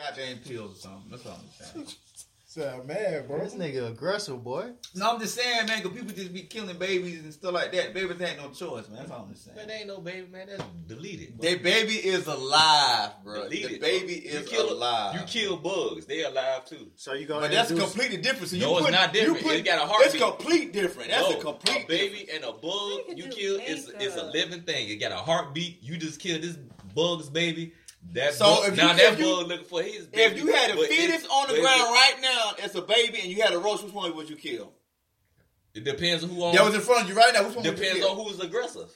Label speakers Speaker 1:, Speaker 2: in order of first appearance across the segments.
Speaker 1: goddamn pills or something. That's all I'm saying.
Speaker 2: Sound mad, bro.
Speaker 3: This nigga aggressive, boy.
Speaker 1: No, I'm just saying, man, 'cause people just be killing babies and stuff like that. Babies ain't no choice, man. That's all I'm just
Speaker 4: But
Speaker 1: saying.
Speaker 4: they ain't no baby, man. That's deleted. bro.
Speaker 1: The baby is alive, bro. The
Speaker 4: Deleted,
Speaker 1: baby
Speaker 4: bro. You
Speaker 1: is
Speaker 4: kill-
Speaker 1: alive.
Speaker 4: You kill bugs. They alive too.
Speaker 3: So you gonna
Speaker 1: but that's
Speaker 3: introduce-
Speaker 1: completely different. So you
Speaker 4: No, it's
Speaker 1: put,
Speaker 4: not different.
Speaker 1: You put,
Speaker 4: It got a heartbeat.
Speaker 1: It's complete different. That's a
Speaker 4: No,
Speaker 1: complete
Speaker 4: baby and a bug
Speaker 5: Nigga
Speaker 4: you
Speaker 5: do
Speaker 4: kill is
Speaker 5: makeup.
Speaker 4: is a living thing. It got a heartbeat. You just killed this bug's baby. That
Speaker 1: So
Speaker 4: bug,
Speaker 1: if
Speaker 4: now
Speaker 1: you-
Speaker 4: that
Speaker 1: if
Speaker 4: bug
Speaker 1: you-
Speaker 4: looking for his baby.
Speaker 1: If you had a
Speaker 4: but it's-
Speaker 1: fetus on the
Speaker 4: but
Speaker 1: ground
Speaker 4: it's-
Speaker 1: right now as a baby and you had a roach, which one would you kill?
Speaker 4: it depends on who on.
Speaker 1: That was in front of you right now. Which one would you
Speaker 4: depends
Speaker 1: kill?
Speaker 4: on who's aggressive.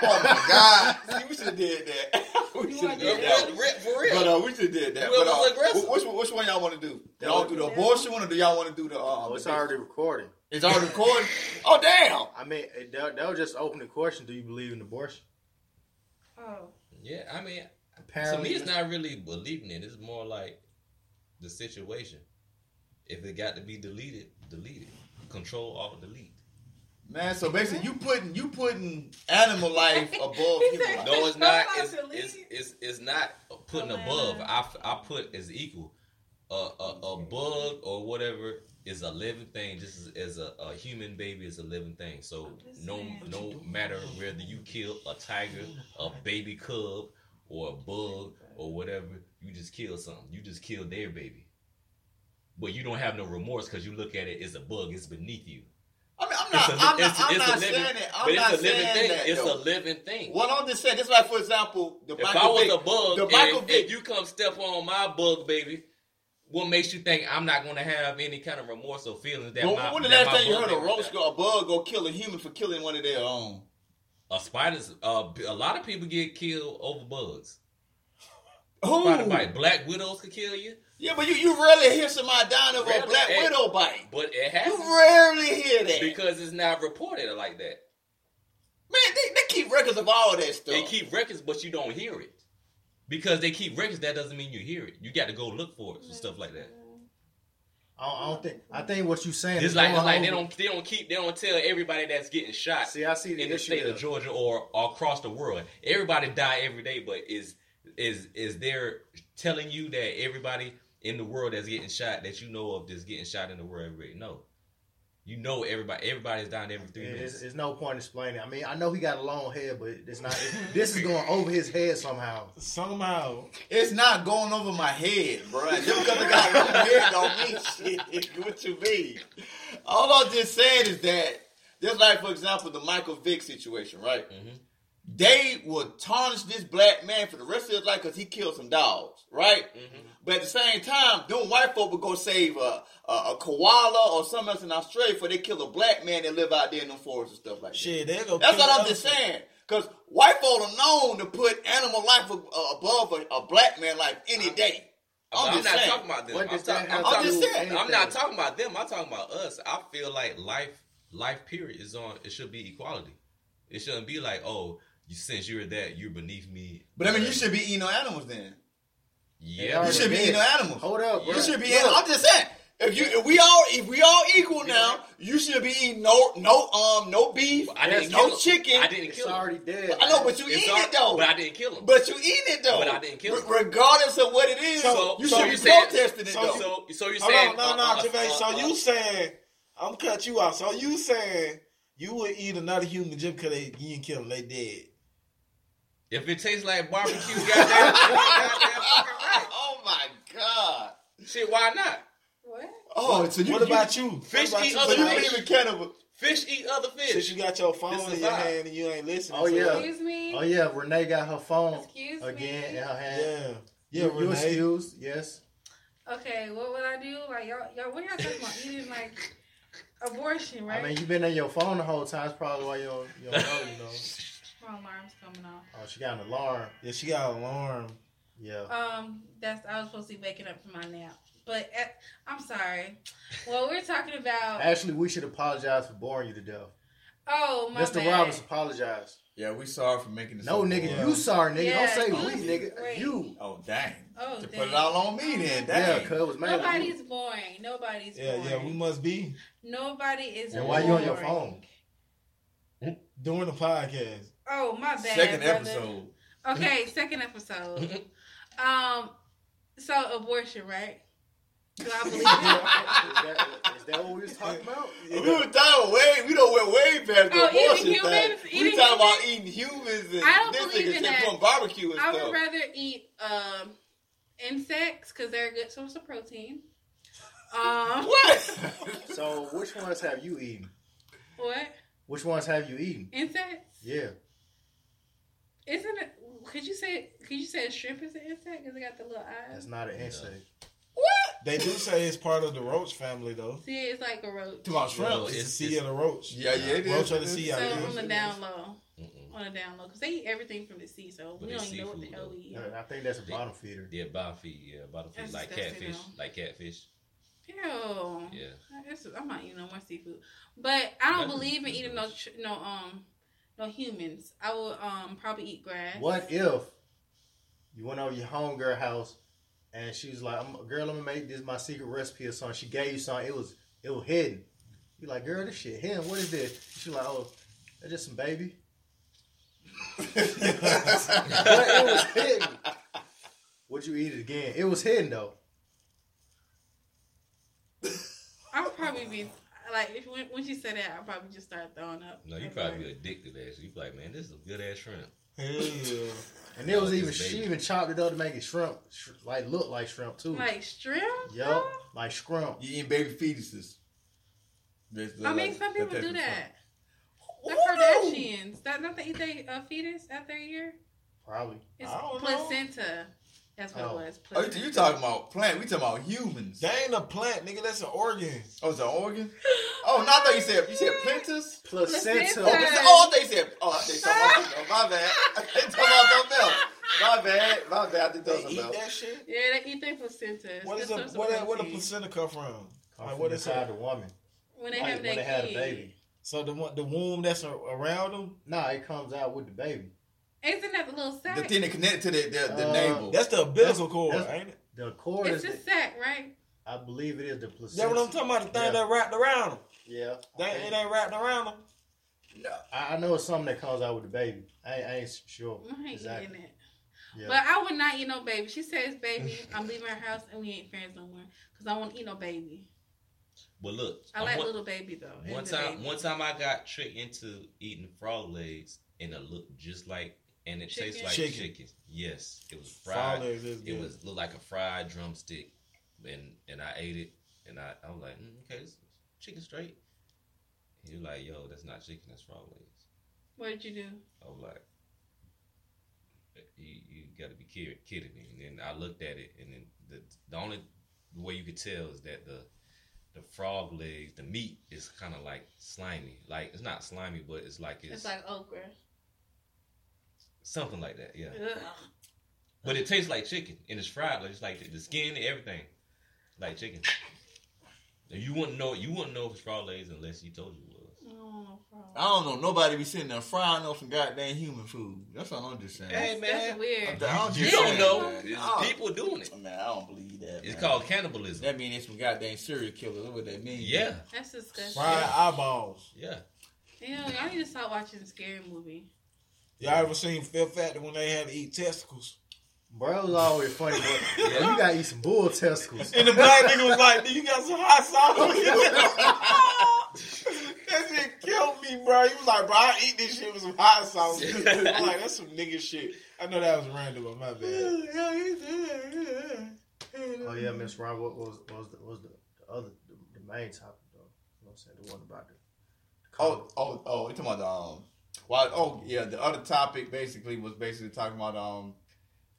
Speaker 1: Oh my God! See, we should have did that. we
Speaker 5: You
Speaker 1: should
Speaker 5: wanna
Speaker 1: have
Speaker 5: do
Speaker 1: did
Speaker 5: that?
Speaker 1: that.
Speaker 4: Real- real- For real,
Speaker 1: But uh, we should have did that.
Speaker 4: Well,
Speaker 1: But, uh,
Speaker 4: it's aggressive.
Speaker 1: wh- which, one- which one y'all want to do? Y'all do the
Speaker 5: Yeah.
Speaker 1: abortion one, or do y'all want to do the? Uh,
Speaker 3: Oh, it's
Speaker 1: the-
Speaker 3: already recording.
Speaker 1: It's already recording. oh damn!
Speaker 3: I mean, it- that, that was just open the question. Do you believe in abortion?
Speaker 5: Oh,
Speaker 4: yeah. I mean,
Speaker 3: Apparently,
Speaker 4: to me, it's not really believing it. It's more like the situation. If it got to be deleted, delete it. Control Alt Delete.
Speaker 1: Man, so basically, you putting you putting animal life above human life.
Speaker 4: No, it's not.
Speaker 5: Control
Speaker 4: It's,
Speaker 5: Alt Delete?
Speaker 4: it's, it's, it's not putting
Speaker 5: Atlanta.
Speaker 4: above. I, I put as equal. A, a, a bug or whatever is a living thing. Just as, as a, a human baby is a living thing. So
Speaker 5: I'm just
Speaker 4: no
Speaker 5: saying.
Speaker 4: no matter whether you kill a tiger, a baby cub, or a bug or whatever, you just kill something. You just kill their baby. But you don't have no remorse because you look at it as a bug. It's beneath you.
Speaker 1: I mean, I'm
Speaker 4: It's
Speaker 1: not.
Speaker 4: a,
Speaker 1: I'm
Speaker 4: it's,
Speaker 1: not, I'm
Speaker 4: it's
Speaker 1: not
Speaker 4: a living,
Speaker 1: saying it. I'm
Speaker 4: but it's
Speaker 1: not
Speaker 4: a living
Speaker 1: saying
Speaker 4: thing.
Speaker 1: that.
Speaker 4: it's
Speaker 1: though.
Speaker 4: a living thing.
Speaker 1: Well, I'm just saying. This is like, for example, the
Speaker 4: If
Speaker 1: Michael
Speaker 4: I was
Speaker 1: Vick,
Speaker 4: a bug,
Speaker 1: the
Speaker 4: and-
Speaker 1: Michael
Speaker 4: and,
Speaker 1: Vick,
Speaker 4: you come step on my bug, baby, what makes you think I'm not going to have any kind of remorse or feelings that
Speaker 1: When,
Speaker 4: my
Speaker 1: when the
Speaker 4: that
Speaker 1: last
Speaker 4: my
Speaker 1: time you
Speaker 4: bug
Speaker 1: heard a
Speaker 4: baby
Speaker 1: roach
Speaker 4: died?
Speaker 1: go, a bug go kill a human for killing one of their own?
Speaker 4: A spider's uh, a lot of people get killed over bugs.
Speaker 1: Who?
Speaker 4: Spider bite. Black widows could kill you,
Speaker 1: Yeah, but you, you rarely hear somebody dying of a
Speaker 4: Rarely,
Speaker 1: black
Speaker 4: eh.
Speaker 1: widow bite.
Speaker 4: but it
Speaker 1: You
Speaker 4: happens
Speaker 1: rarely hear that.
Speaker 4: because it's not reported like that.
Speaker 1: Man, they, they keep records of all that stuff.
Speaker 4: They keep records, but you don't hear it because they keep records. That doesn't mean you hear it. You got to go look for it and stuff like that.
Speaker 3: I don't, I don't think. I think what you saying
Speaker 4: It's
Speaker 3: is
Speaker 4: like
Speaker 3: going
Speaker 4: it's like
Speaker 3: on
Speaker 4: they
Speaker 3: with-
Speaker 4: don't they don't keep they don't tell everybody that's getting shot.
Speaker 3: See, I see the
Speaker 4: in the
Speaker 3: issue.
Speaker 4: state
Speaker 3: there.
Speaker 4: of Georgia or, or across the world. Everybody die every day, but is is is there telling you that everybody in the world that's getting shot that you know of that's getting shot in the world every day? No. You know everybody everybody's dying every three
Speaker 3: Yeah,
Speaker 4: minutes.
Speaker 3: There's, there's no point explaining. I mean, I know he got a long head, but it's not. this is going over his head somehow.
Speaker 2: Somehow.
Speaker 1: It's not going over my head, bro. Just because I got no head don't mean shit. What you mean? All I'm just saying is that, just like, for example, the Michael Vick situation, right?
Speaker 4: Mhm.
Speaker 1: They would tarnish this black man for the rest of his life because he killed some dogs, right?
Speaker 4: Mm-hmm.
Speaker 1: But at the same time, them white folk would go save a, a, a koala or something else in Australia before they kill a black man that live out there in them forests and stuff like that.
Speaker 2: Shit, they go.
Speaker 1: That's what I'm just saying. Because white folk are known to put animal life ab- uh, above a, a black man life any day.
Speaker 4: I'm,
Speaker 1: I'm just
Speaker 4: not
Speaker 1: saying.
Speaker 4: talking about them.
Speaker 3: What
Speaker 4: I'm,
Speaker 3: does that
Speaker 4: talk-
Speaker 3: have
Speaker 4: I'm
Speaker 3: to
Speaker 4: talking,
Speaker 3: do with
Speaker 4: I'm not
Speaker 3: anything?
Speaker 4: talking about them. I'm talking about us. I feel like life life period is on. It should be equality. It shouldn't be like oh, you since you're that you're beneath me.
Speaker 1: But I mean, you should be eating no animals then.
Speaker 4: yeah.
Speaker 1: You should be eating no animals.
Speaker 3: Hold up, bro.
Speaker 1: You should be
Speaker 3: Look,
Speaker 1: eating. I'm just saying. If you, if we all, if we all equal now, you should be eating no, no, um, no beef,
Speaker 4: I didn't
Speaker 1: no
Speaker 4: kill 'em.
Speaker 1: chicken.
Speaker 4: I didn't
Speaker 3: It's
Speaker 4: kill. 'em.
Speaker 3: already dead.
Speaker 1: I know, but you
Speaker 4: It's
Speaker 1: eat
Speaker 4: all-
Speaker 1: it though.
Speaker 4: But I didn't kill him.
Speaker 1: But you eat it though.
Speaker 4: But I didn't kill
Speaker 1: Re-
Speaker 4: 'em.
Speaker 1: regardless of what it is,
Speaker 4: So-
Speaker 1: you
Speaker 4: so
Speaker 1: should
Speaker 4: you
Speaker 1: be
Speaker 4: said-
Speaker 1: protesting it
Speaker 4: so,
Speaker 1: though.
Speaker 4: so, so you're
Speaker 2: Hold
Speaker 4: saying
Speaker 2: on, no, no,
Speaker 4: uh,
Speaker 2: Javay.
Speaker 4: uh,
Speaker 2: So
Speaker 4: uh,
Speaker 2: you saying I'm cut you off. So you saying you would eat another human just because they you didn't kill them, they dead.
Speaker 4: if it tastes like barbecue, goddamn, goddamn fucking right.
Speaker 1: oh my god!
Speaker 4: Shit, why not?
Speaker 5: what?
Speaker 1: Oh, so you
Speaker 2: what about you?
Speaker 4: Fish
Speaker 2: What about
Speaker 4: eat
Speaker 2: you,
Speaker 4: other
Speaker 1: So Oh, you
Speaker 2: Javay?
Speaker 4: fish?
Speaker 1: believe in cannibal?
Speaker 4: Fish eat other
Speaker 2: Since
Speaker 4: fish.
Speaker 2: you got your phone
Speaker 4: This is
Speaker 2: in your
Speaker 4: fine.
Speaker 2: hand and you ain't listening.
Speaker 3: Oh,
Speaker 2: to
Speaker 3: yeah.
Speaker 2: it.
Speaker 5: Excuse me.
Speaker 3: Oh yeah, Renee got her phone
Speaker 5: Excuse
Speaker 3: again
Speaker 5: me.
Speaker 3: in her hand.
Speaker 2: yeah, yeah.
Speaker 3: you, you
Speaker 2: Renee.
Speaker 3: excused? Yes.
Speaker 5: Okay, what would I do? Like y'all, y'all, what y'all talking about? Eating like abortion, right?
Speaker 3: I mean, you've been on your phone the whole time. It's probably why you don't, you don't know. You know.
Speaker 5: My alarm's coming off.
Speaker 3: Oh, she got an alarm.
Speaker 2: Yeah, she got an alarm.
Speaker 3: Yeah.
Speaker 5: Um, that's I was supposed to be waking up from my nap, but eh, I'm sorry. Well, we're talking about
Speaker 3: Actually, we should apologize for boring you to death.
Speaker 5: oh my
Speaker 3: Mr.
Speaker 5: bad.
Speaker 3: Roberts, apologize.
Speaker 1: Yeah, we sorry for making this.
Speaker 3: No,
Speaker 1: up,
Speaker 3: nigga,
Speaker 1: boy.
Speaker 3: you sorry, nigga.
Speaker 5: Yeah,
Speaker 3: don't say
Speaker 5: you-
Speaker 3: we, nigga.
Speaker 5: great.
Speaker 3: You.
Speaker 1: Oh dang!
Speaker 5: Oh,
Speaker 1: to put
Speaker 5: dang.
Speaker 1: it all on me then.
Speaker 3: Yeah,
Speaker 1: Dang.
Speaker 3: cuz was mad at you.
Speaker 5: Nobody's boring. Nobody's
Speaker 2: Yeah,
Speaker 5: boring.
Speaker 2: yeah. We must be
Speaker 5: Nobody is.
Speaker 3: And why you on your
Speaker 5: boring.
Speaker 3: phone?
Speaker 2: doing the podcast.
Speaker 5: Oh my bad.
Speaker 1: Second
Speaker 5: brother.
Speaker 1: episode.
Speaker 5: Okay, second episode. um, So abortion, right? Do I believe it?
Speaker 3: that, is that what we was talking about?
Speaker 1: We were talking way, we don't went way past the
Speaker 5: Oh, eating
Speaker 1: abortion
Speaker 5: humans?
Speaker 1: thing.
Speaker 5: Eating
Speaker 1: we talking about eating humans and
Speaker 5: I don't
Speaker 1: this
Speaker 5: believe
Speaker 1: nigga said
Speaker 5: in that.
Speaker 1: doing barbecue and
Speaker 5: I
Speaker 1: stuff.
Speaker 5: would rather eat um, insects because they're a good source of protein. Um,
Speaker 1: what?
Speaker 3: So which ones have you eaten?
Speaker 5: what
Speaker 3: Which ones have you eaten?
Speaker 5: insects?
Speaker 3: Yeah.
Speaker 5: Isn't it? Could you say? Could you say a shrimp is an insect because it got the little eyes?
Speaker 3: That's not an insect.
Speaker 2: They do say it's part of the roach family though.
Speaker 5: See, it's like a roach.
Speaker 1: about
Speaker 4: shrimp.
Speaker 2: It's, the
Speaker 4: It's-
Speaker 2: sea of the roach.
Speaker 1: Yeah, yeah, it is.
Speaker 2: Roach on
Speaker 1: It
Speaker 2: the
Speaker 1: is.
Speaker 2: sea.
Speaker 5: So
Speaker 2: out here.
Speaker 5: on the down low,
Speaker 4: Mm-mm.
Speaker 5: on the down low, because they eat everything from the sea, so
Speaker 4: But
Speaker 5: we
Speaker 4: it's
Speaker 5: don't even know what the
Speaker 4: seafood,
Speaker 5: hell we eat.
Speaker 3: I think that's a bottom feeder.
Speaker 4: Yeah, bottom feed. Yeah, bottom feed.
Speaker 5: That's
Speaker 4: Like
Speaker 5: disgusting,
Speaker 4: catfish.
Speaker 5: though.
Speaker 4: Like catfish.
Speaker 5: Ew.
Speaker 4: Yeah.
Speaker 5: I guess I'm not eating no more seafood, but I don't
Speaker 4: That is
Speaker 5: believe in
Speaker 4: good.
Speaker 5: eating no tr- no um no humans. I will um probably eat grass.
Speaker 3: What if you went over your homegirl house and she was like, I'm, "Girl, I'm gonna make this my secret recipe or something." She gave you something. It was it was hidden. You like, "Girl, this shit hidden. What is this?" She like, "Oh, that's just some baby." but it was hidden. Would you eat it again? It was hidden though.
Speaker 5: I would probably be like if when, when she said that, I probably just start throwing up.
Speaker 4: No, you
Speaker 5: Like,
Speaker 4: probably addicted to that. shit. You be like, man, this is a good ass shrimp.
Speaker 2: Yeah.
Speaker 3: And
Speaker 2: Oh,
Speaker 3: it was
Speaker 4: It's
Speaker 3: even she
Speaker 4: baby.
Speaker 3: even chopped it up to make it shrimp, sh- like look like shrimp too.
Speaker 5: like shrimp.
Speaker 3: yup, like shrimp.
Speaker 1: You eating baby fetuses. That's
Speaker 5: I
Speaker 1: like-
Speaker 5: mean, some people
Speaker 1: that's
Speaker 5: do that. The
Speaker 1: Who do?
Speaker 5: Kardashians. That not they eat they uh, fetus after a year.
Speaker 3: Probably.
Speaker 5: It's
Speaker 2: I don't know.
Speaker 5: placenta. That's what
Speaker 3: Oh.
Speaker 5: it was.
Speaker 1: Oh, you, you talking about plant? We talking about humans?
Speaker 2: That ain't a plant, nigga. That's an organ.
Speaker 1: Oh, it's an organ. Oh, no, I thought you said you said plantas.
Speaker 5: Placenta.
Speaker 1: Oh, this, oh, I thought you said. Oh, I think something. My bad. I think something else. My bad. My bad. I think
Speaker 2: They
Speaker 1: that was
Speaker 2: eat
Speaker 1: something else.
Speaker 2: that shit.
Speaker 5: Yeah, they eat their placenta. It's
Speaker 2: What
Speaker 5: good
Speaker 2: is a
Speaker 5: source of
Speaker 2: what? a- What a
Speaker 5: protein.
Speaker 2: placenta come from?
Speaker 3: Come
Speaker 2: Like,
Speaker 3: from
Speaker 2: what
Speaker 3: the
Speaker 2: is
Speaker 3: side
Speaker 2: that?
Speaker 3: of the woman.
Speaker 5: When they
Speaker 3: Like,
Speaker 5: have
Speaker 3: when they
Speaker 5: their
Speaker 3: had a
Speaker 5: kid.
Speaker 3: baby.
Speaker 2: So the one- the womb that's a- around them.
Speaker 3: Nah, it comes out with the baby.
Speaker 5: Isn't that the little sack?
Speaker 1: The thing that connected to the the, the
Speaker 3: Uh,
Speaker 1: navel.
Speaker 2: That's the umbilical cord,
Speaker 3: that's-
Speaker 2: ain't it?
Speaker 3: The cord
Speaker 5: it's
Speaker 3: is,
Speaker 5: a
Speaker 3: the,
Speaker 5: sack, right?
Speaker 3: I believe it is the
Speaker 2: That
Speaker 3: placenta.
Speaker 2: what I'm talking about. The thing
Speaker 3: Yeah.
Speaker 2: that wrapped around them.
Speaker 3: Yeah,
Speaker 2: That it ain't wrapped around them.
Speaker 1: no.
Speaker 3: I, I know it's something that comes out with the baby. I, ain't- I ain't sure.
Speaker 5: I ain't
Speaker 3: Exactly.
Speaker 5: eating it.
Speaker 3: Yeah.
Speaker 5: But I would not eat no baby. She says, "Baby, I'm leaving her house and we ain't friends no more because I won't eat no baby.
Speaker 4: But look,
Speaker 5: I
Speaker 4: I'm
Speaker 5: like
Speaker 4: Uh, one,
Speaker 5: little baby though. and
Speaker 4: one
Speaker 5: the
Speaker 4: time,
Speaker 5: baby.
Speaker 4: one time I got tricked into eating frog legs, and it looked just like, and it tastes
Speaker 5: Chicken?
Speaker 4: like chicken.
Speaker 2: Chicken.
Speaker 4: Yes, it was fried.
Speaker 2: Frog legs is
Speaker 4: It
Speaker 2: good.
Speaker 4: was looked like a fried drumstick, and and I ate it, and I I was like, mm, okay, this is chicken straight. He was like, yo, that's not chicken, that's frog legs.
Speaker 5: What did you do?
Speaker 4: I was like, you, you got to be kidding, kidding me. And then I looked at it, and then the the only way you could tell is that the the frog legs, the meat is kind of like slimy. Like it's not slimy, but it's like it's,
Speaker 5: It's like okra.
Speaker 4: something like that. Yeah,
Speaker 5: Ugh.
Speaker 4: but it tastes like chicken, and it's fried. Like it's like the, the skin, and everything, like chicken. And you wouldn't know. You wouldn't know if it's frog legs unless you told you it was.
Speaker 5: I don't know, bro.
Speaker 1: I don't know. Nobody be sitting there frying up some goddamn human food. That's what I'm just saying.
Speaker 4: Hey, man.
Speaker 5: That's- that's weird.
Speaker 1: I'm
Speaker 4: You
Speaker 1: just
Speaker 4: don't
Speaker 1: saying,
Speaker 4: know.
Speaker 1: man.
Speaker 4: It's
Speaker 2: Oh.
Speaker 1: I don't-
Speaker 4: people doing it.
Speaker 1: Man, I don't believe that.
Speaker 4: It's
Speaker 1: man.
Speaker 4: called cannibalism.
Speaker 1: That means it's some goddamn serial killers. That's what that means.
Speaker 4: Yeah,
Speaker 5: That's disgusting.
Speaker 2: Fried eyeballs.
Speaker 4: yeah.
Speaker 5: Ew, y'all need to stop watching a scary movie.
Speaker 2: Y'all ever seen Phil Factor when they had to eat testicles?
Speaker 3: Bro, it was always funny. But bro, you gotta eat some bull testicles.
Speaker 2: And the black nigga was like, "You got some hot sauce." that shit killed me, bro. He was like, "Bro, I eat this shit with some hot sauce." I'm like, "That's some nigga shit." I know that was random, but my bad.
Speaker 3: Oh yeah, Miss Ron, what was what was the, what was the, the other the, the main topic though? You know what I'm saying? The one about the, the
Speaker 1: Oh, oh, oh! You talking about the um? Why? Oh, yeah. The other topic basically was basically talking about um,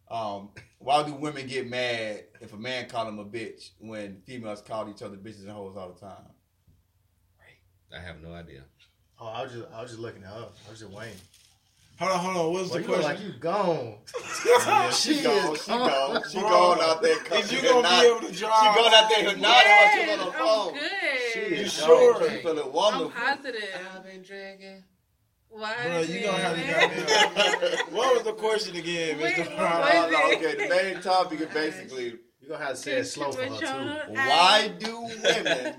Speaker 1: um. Why do women get mad if a man call them a bitch when females call each other bitches and hoes all the time?
Speaker 4: I have no idea.
Speaker 3: Oh, I was just I was just looking at her. I was just waiting.
Speaker 2: Hold on, hold on. What's
Speaker 3: Well,
Speaker 2: the
Speaker 3: you look like
Speaker 2: question?
Speaker 3: you gone.
Speaker 1: She,
Speaker 3: She
Speaker 1: gone.
Speaker 3: is
Speaker 1: She gone. She
Speaker 2: Bro,
Speaker 1: gone out there.
Speaker 2: Is
Speaker 1: cussing
Speaker 2: you
Speaker 1: and
Speaker 2: gonna
Speaker 1: not-
Speaker 2: be able to
Speaker 1: She
Speaker 2: drive?
Speaker 1: going out there and not
Speaker 5: Yes,
Speaker 1: on the
Speaker 5: I'm
Speaker 1: phone.
Speaker 5: good.
Speaker 3: She
Speaker 2: You
Speaker 3: is
Speaker 2: sure?
Speaker 3: gone.
Speaker 1: She feeling
Speaker 5: I'm
Speaker 1: wonderful.
Speaker 5: positive.
Speaker 4: been drinking.
Speaker 5: Why?
Speaker 2: Bro, you gonna have to
Speaker 5: man?
Speaker 2: goddamn. What was the question again,
Speaker 5: Wait,
Speaker 2: Mr.
Speaker 1: No,
Speaker 2: Brown?
Speaker 1: no, no, okay, the main topic is basically
Speaker 3: You're gonna have to say it slow for her too.
Speaker 5: Jonah,
Speaker 1: why do women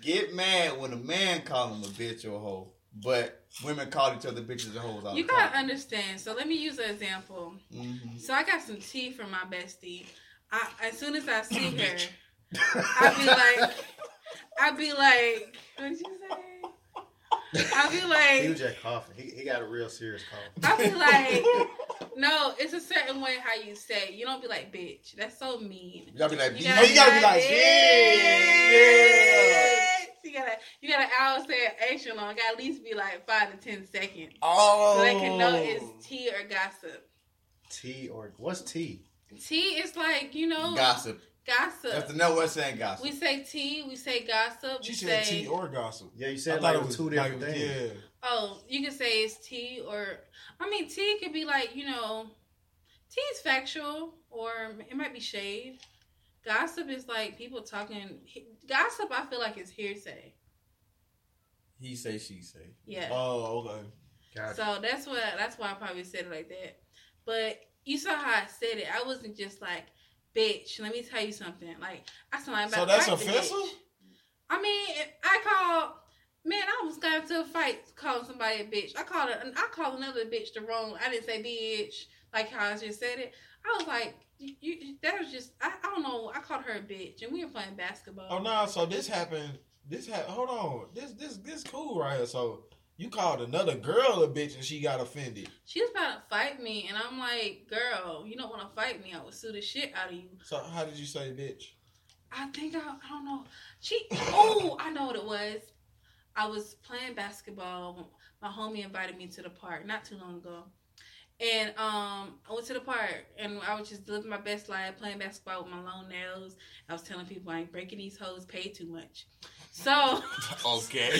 Speaker 1: get mad when a man call them a bitch or a hoe, but women call each other bitches and hoes all
Speaker 5: You
Speaker 1: the
Speaker 5: gotta
Speaker 1: time?
Speaker 5: understand. So let me use an example.
Speaker 1: Mhm.
Speaker 5: So I got some tea from my bestie. I, as soon as I see her, I'd be like, I'd be like, what'd you say? I'd be
Speaker 3: He was
Speaker 5: like,
Speaker 3: just coughing. He, he got a real serious cough.
Speaker 5: I'd be like, no, it's a certain way how you say. it. You don't be like, bitch. That's so mean.
Speaker 1: You gotta be like, "Bitch,
Speaker 5: You gotta,
Speaker 2: Oh, you gotta be like,
Speaker 5: "Bitch." You gotta, you gotta. I would say it extra long. Gotta at least be like five to ten seconds,
Speaker 2: Oh,
Speaker 5: so they can know it's tea or gossip.
Speaker 3: Tea or what's tea?
Speaker 5: Tea is like you know
Speaker 1: gossip. That's
Speaker 5: gossip.
Speaker 1: another way of saying gossip.
Speaker 5: We say tea, we say gossip,
Speaker 2: She
Speaker 5: we
Speaker 2: said
Speaker 5: say
Speaker 2: tea or gossip.
Speaker 3: Yeah, you
Speaker 2: I
Speaker 3: said
Speaker 2: thought
Speaker 3: like it was two different
Speaker 2: like,
Speaker 3: things.
Speaker 2: Yeah.
Speaker 5: oh, you can say it's tea or I mean tea could be like you know, tea is factual or it might be shade. Gossip is like people talking. Gossip, I feel like is hearsay.
Speaker 1: He say, she say.
Speaker 5: Yeah.
Speaker 2: Oh, okay.
Speaker 3: Gotcha.
Speaker 5: So that's what that's why I probably said it like that. But you saw how I said it. I wasn't just like, bitch, let me tell you something. Like I sound like
Speaker 2: So
Speaker 5: about-
Speaker 2: that's
Speaker 5: I did.
Speaker 2: offensive.
Speaker 5: I mean, if I called man, I almost got into a fight calling somebody a bitch. I called a, I called another bitch the wrong I didn't say bitch like how I just said it. I was like you, you, that was just I, I don't know. I called her a bitch, and we were playing basketball.
Speaker 2: Oh no! so this happened. This ha- hold on. This this this cool right here. So you called another girl a bitch and she got offended.
Speaker 5: She was about to fight me, and I'm like, "Girl, you don't want to fight me. I would sue the shit out of you."
Speaker 2: So how did you say bitch?
Speaker 5: I think I, I don't know. She oh, I know what it was. I was playing basketball. My homie invited me to the park not too long ago. And um I went to the park and I was just living my best life, playing basketball with my long nails. I was telling people I ain't breaking these hoes, pay too much. So
Speaker 1: Okay.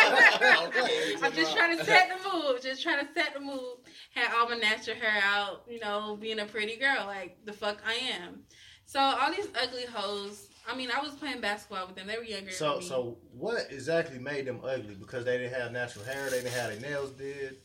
Speaker 5: I'm just trying to set the mood. Just trying to set the mood. Had all my natural hair out, you know, being a pretty girl, like the fuck I am. So all these ugly hoes. I mean, I was playing basketball with them. They were younger.
Speaker 3: So
Speaker 5: than me.
Speaker 3: so what exactly made them ugly? Because they didn't have natural hair, they didn't have their nails did.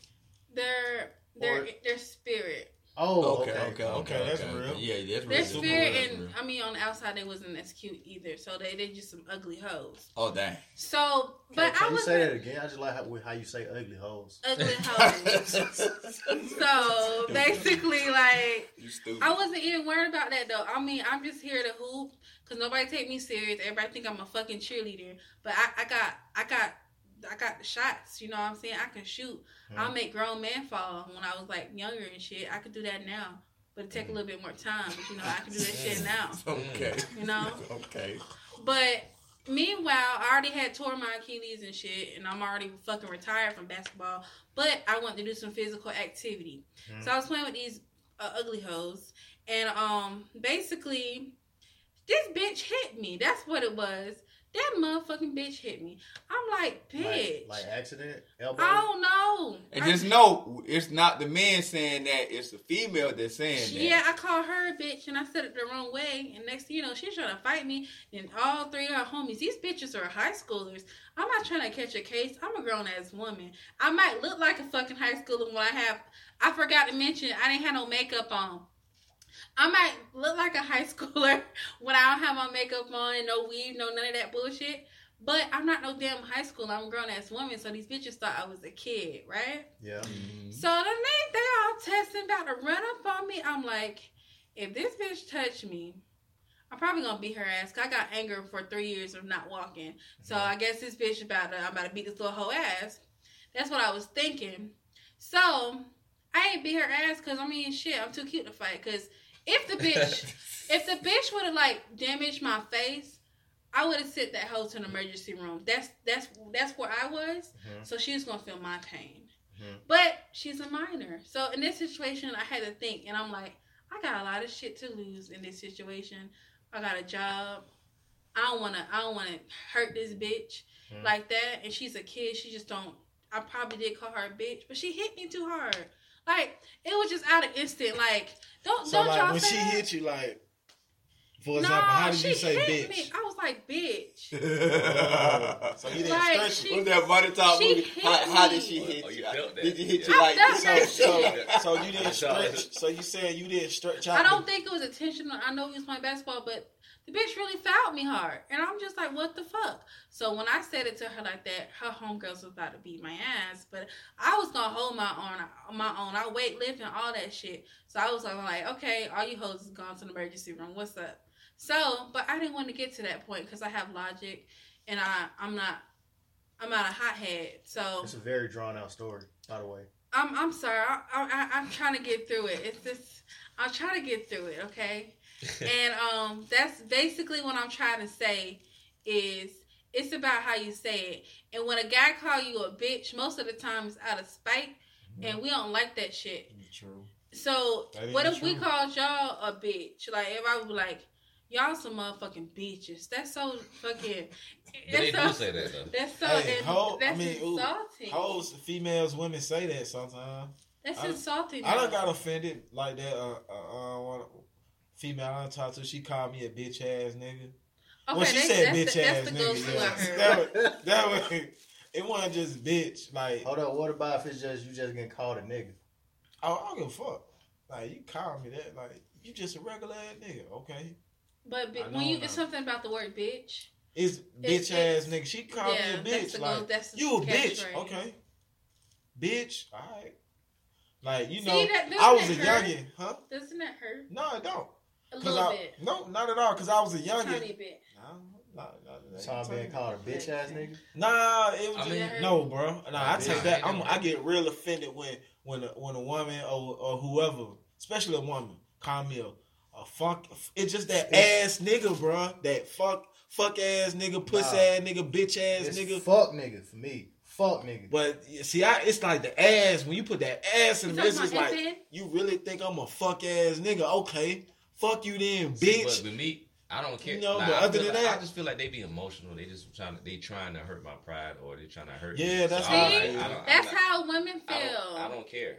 Speaker 5: their their
Speaker 3: Or-
Speaker 5: their spirit,
Speaker 3: Oh, okay.
Speaker 2: okay, that's real.
Speaker 1: Yeah, that's real.
Speaker 5: their
Speaker 1: That's super
Speaker 5: spirit,
Speaker 1: real, that's
Speaker 5: and
Speaker 1: real.
Speaker 5: I mean, on the outside they wasn't as cute either. So they they just some ugly hoes.
Speaker 1: Oh, dang.
Speaker 5: So,
Speaker 3: Can,
Speaker 5: but
Speaker 3: can
Speaker 5: I
Speaker 3: you
Speaker 5: was
Speaker 3: say that again? I just like how, with how you say ugly hoes.
Speaker 5: ugly hoes. so basically, like.
Speaker 1: you stupid.
Speaker 5: I wasn't even worried about that though. I mean, I'm just here to hoop because nobody take me serious. Everybody think I'm a fucking cheerleader, but I, I got, I got, I got the shots. You know what I'm saying? I can shoot. I'll make grown man fall when I was like younger and shit. I could do that now, but it take a little bit more time. But you know, I can do that shit now.
Speaker 1: okay.
Speaker 5: You know.
Speaker 1: Okay.
Speaker 5: But meanwhile, I already had tore my Achilles and shit, and I'm already fucking retired from basketball. But I wanted to do some physical activity,
Speaker 3: Mhm.
Speaker 5: so I was playing with these uh, ugly hoes, and um, basically, this bitch hit me. That's what it was. That motherfucking bitch hit me. I'm like,
Speaker 3: Like,
Speaker 5: bitch.
Speaker 3: like accident, elbow.
Speaker 5: I don't know.
Speaker 1: And
Speaker 5: I-
Speaker 1: just know it's not the man saying that; it's the female that's saying that.
Speaker 5: Yeah, I called her a bitch and I said it the wrong way. And next thing you know, she's trying to fight me. And all three of her homies, these bitches are high schoolers. I'm not trying to catch a case. I'm a grown ass woman. I might look like a fucking high schooler when I have. I forgot to mention, I didn't have no makeup on. I might look like a high schooler when I don't have my makeup on and no weave, no none of that bullshit. But I'm not no damn high schooler. I'm a grown ass woman. So these bitches thought I was a kid, right?
Speaker 3: Yeah.
Speaker 1: Mhm.
Speaker 5: So then they, they all testing about to run up on me. I'm like, if this bitch touch me, I'm probably gonna beat her ass. 'Cause I got anger for three years of not walking. So I guess this bitch about to I'm about to beat this little hoe ass. That's what I was thinking. So I ain't beat her ass because I mean shit, I'm too cute to fight. Cause if the bitch if the bitch would have like damaged my face, I would have sent that hoe to an emergency room. That's that's that's where I was.
Speaker 3: Mhm.
Speaker 5: So she was gonna feel my pain.
Speaker 2: Mm-hmm.
Speaker 3: Mhm.
Speaker 5: But she's a minor. So in this situation I had to think and I'm like, I got a lot of shit to lose in this situation. I got a job. I don't wanna I don't wanna hurt this bitch
Speaker 2: Mm-hmm.
Speaker 3: Mhm.
Speaker 5: like that. And she's a kid, she just don't I probably did call her a bitch, but she hit me too hard. Like it was just out of instant. Like don't
Speaker 2: So
Speaker 5: don't
Speaker 2: like
Speaker 5: y'all
Speaker 2: when
Speaker 5: say
Speaker 2: she
Speaker 5: that?
Speaker 2: hit you, like for
Speaker 5: No,
Speaker 2: example, how did
Speaker 5: she
Speaker 2: you say
Speaker 5: hit
Speaker 2: bitch?
Speaker 5: me. I was like, bitch.
Speaker 2: Oh, so you didn't
Speaker 5: Like,
Speaker 2: stretch
Speaker 5: she-
Speaker 2: it.
Speaker 1: What's that Money Talk
Speaker 5: She
Speaker 1: movie?
Speaker 5: hit
Speaker 1: How, how did
Speaker 5: me.
Speaker 1: she hit
Speaker 4: Oh,
Speaker 1: you?
Speaker 4: you felt that.
Speaker 1: Did you hit you
Speaker 5: I
Speaker 1: like
Speaker 5: felt
Speaker 2: So,
Speaker 5: that.
Speaker 2: so, so you didn't
Speaker 4: I saw it.
Speaker 2: stretch. So you saying you didn't stretch out?
Speaker 5: I don't
Speaker 2: the-
Speaker 5: think it was intentional. I know he was playing basketball, but The bitch really fouled me hard. And I'm just like, what the fuck? So when I said it to her like that, her homegirls was about to beat my ass. But I was gonna hold my own my own. I weight lift and all that shit. So I was like, like, okay, all you hoes is gone to the emergency room. What's up? So, but I didn't want to get to that point because I have logic and I, I'm not I'm not a hothead. So
Speaker 3: It's a very drawn out story, by the way.
Speaker 5: I'm I'm sorry. I, I, I'm trying to get through it. It's just I'm trying to get through it. Okay, and um, that's basically what I'm trying to say is it's about how you say it. And when a guy call you a bitch, most of the time it's out of spite,
Speaker 4: Mm-hmm.
Speaker 5: and we don't like that shit.
Speaker 2: True.
Speaker 5: So
Speaker 2: That is
Speaker 5: what if we
Speaker 2: true.
Speaker 5: called y'all a bitch? Like everybody would be like, y'all some motherfucking bitches. That's so fucking.
Speaker 4: But they do
Speaker 5: That's so.
Speaker 4: say that though.
Speaker 5: That's so.
Speaker 2: Hey,
Speaker 5: and
Speaker 2: hoe- I
Speaker 5: that's
Speaker 2: mean, ooh,
Speaker 5: insulting.
Speaker 2: Hoes, females, women say that sometimes.
Speaker 5: that's
Speaker 2: I-
Speaker 5: insulting.
Speaker 2: I done
Speaker 5: though.
Speaker 2: got offended like that. Uh, uh, uh, one female I done talked to, she called me a bitch ass nigga. Well, she
Speaker 5: that's-
Speaker 2: said
Speaker 5: that's
Speaker 2: bitch
Speaker 5: the,
Speaker 2: ass
Speaker 5: that's the
Speaker 2: nigga.
Speaker 5: go-to I
Speaker 2: yeah.
Speaker 5: heard.
Speaker 2: That was, that was, it wasn't just bitch. Like,
Speaker 3: Hold up, what about if it's just you just getting called a nigga?
Speaker 2: I, I don't give a fuck. Like, you call me that. Like, you just a regular ass nigga. Okay.
Speaker 5: But bi-
Speaker 2: I
Speaker 5: when you,
Speaker 2: know
Speaker 5: it's
Speaker 2: now.
Speaker 5: something about the word bitch.
Speaker 2: It's
Speaker 5: It's-
Speaker 2: bitch ass nigga. She called
Speaker 5: yeah,
Speaker 2: me a
Speaker 5: that's the
Speaker 2: bitch. Like,
Speaker 5: go, that's the
Speaker 2: you a bitch.
Speaker 5: catchphrase.
Speaker 2: Okay. Bitch. All right. Like, you
Speaker 5: See,
Speaker 2: know,
Speaker 5: that-
Speaker 2: I was
Speaker 5: doesn't
Speaker 2: a
Speaker 5: that hurt?
Speaker 2: youngin', huh?
Speaker 5: Doesn't that hurt?
Speaker 2: No, it don't.
Speaker 5: A
Speaker 2: 'Cause
Speaker 5: little
Speaker 2: I,
Speaker 5: bit.
Speaker 2: No, not at all. Cause I was a
Speaker 5: A
Speaker 2: youngin.
Speaker 5: tiny bit.
Speaker 2: Nah, nah, nah,
Speaker 3: So I'm being called a bitch ass nigga?
Speaker 2: Nah, it was
Speaker 4: I mean-
Speaker 2: just, no, bro. Nah, I
Speaker 3: Nah,
Speaker 2: take
Speaker 4: it
Speaker 2: that.
Speaker 4: don't
Speaker 2: I'm, I get real offended when when a, when a woman or, or whoever, especially a woman, call me a, a fuck. It's just that ass nigga, bro. That fuck fuck ass nigga, puss
Speaker 3: Nah.
Speaker 2: ass nigga, bitch ass
Speaker 3: It's
Speaker 2: nigga.
Speaker 3: fuck nigga for me. Fuck nigga.
Speaker 2: But you see, I it's like the ass. When you put that ass in
Speaker 5: You
Speaker 2: the it's
Speaker 5: talking
Speaker 2: just
Speaker 5: about
Speaker 2: like
Speaker 5: FN?
Speaker 2: you really think I'm a fuck ass nigga. Okay, fuck you then,
Speaker 4: See, But
Speaker 2: bitch.
Speaker 4: with me, I don't care.
Speaker 2: No,
Speaker 4: Like,
Speaker 2: but
Speaker 4: I
Speaker 2: other
Speaker 4: feel
Speaker 2: than
Speaker 4: like-
Speaker 2: that-
Speaker 4: I just feel like they be emotional. They just trying to they trying to hurt my pride or they trying to hurt.
Speaker 2: Yeah,
Speaker 4: me.
Speaker 2: that's
Speaker 4: So I'm
Speaker 5: what-
Speaker 4: like, I don't- I'm
Speaker 5: That's
Speaker 4: not-
Speaker 5: how women
Speaker 4: I don't, I
Speaker 5: feel.
Speaker 4: don't care.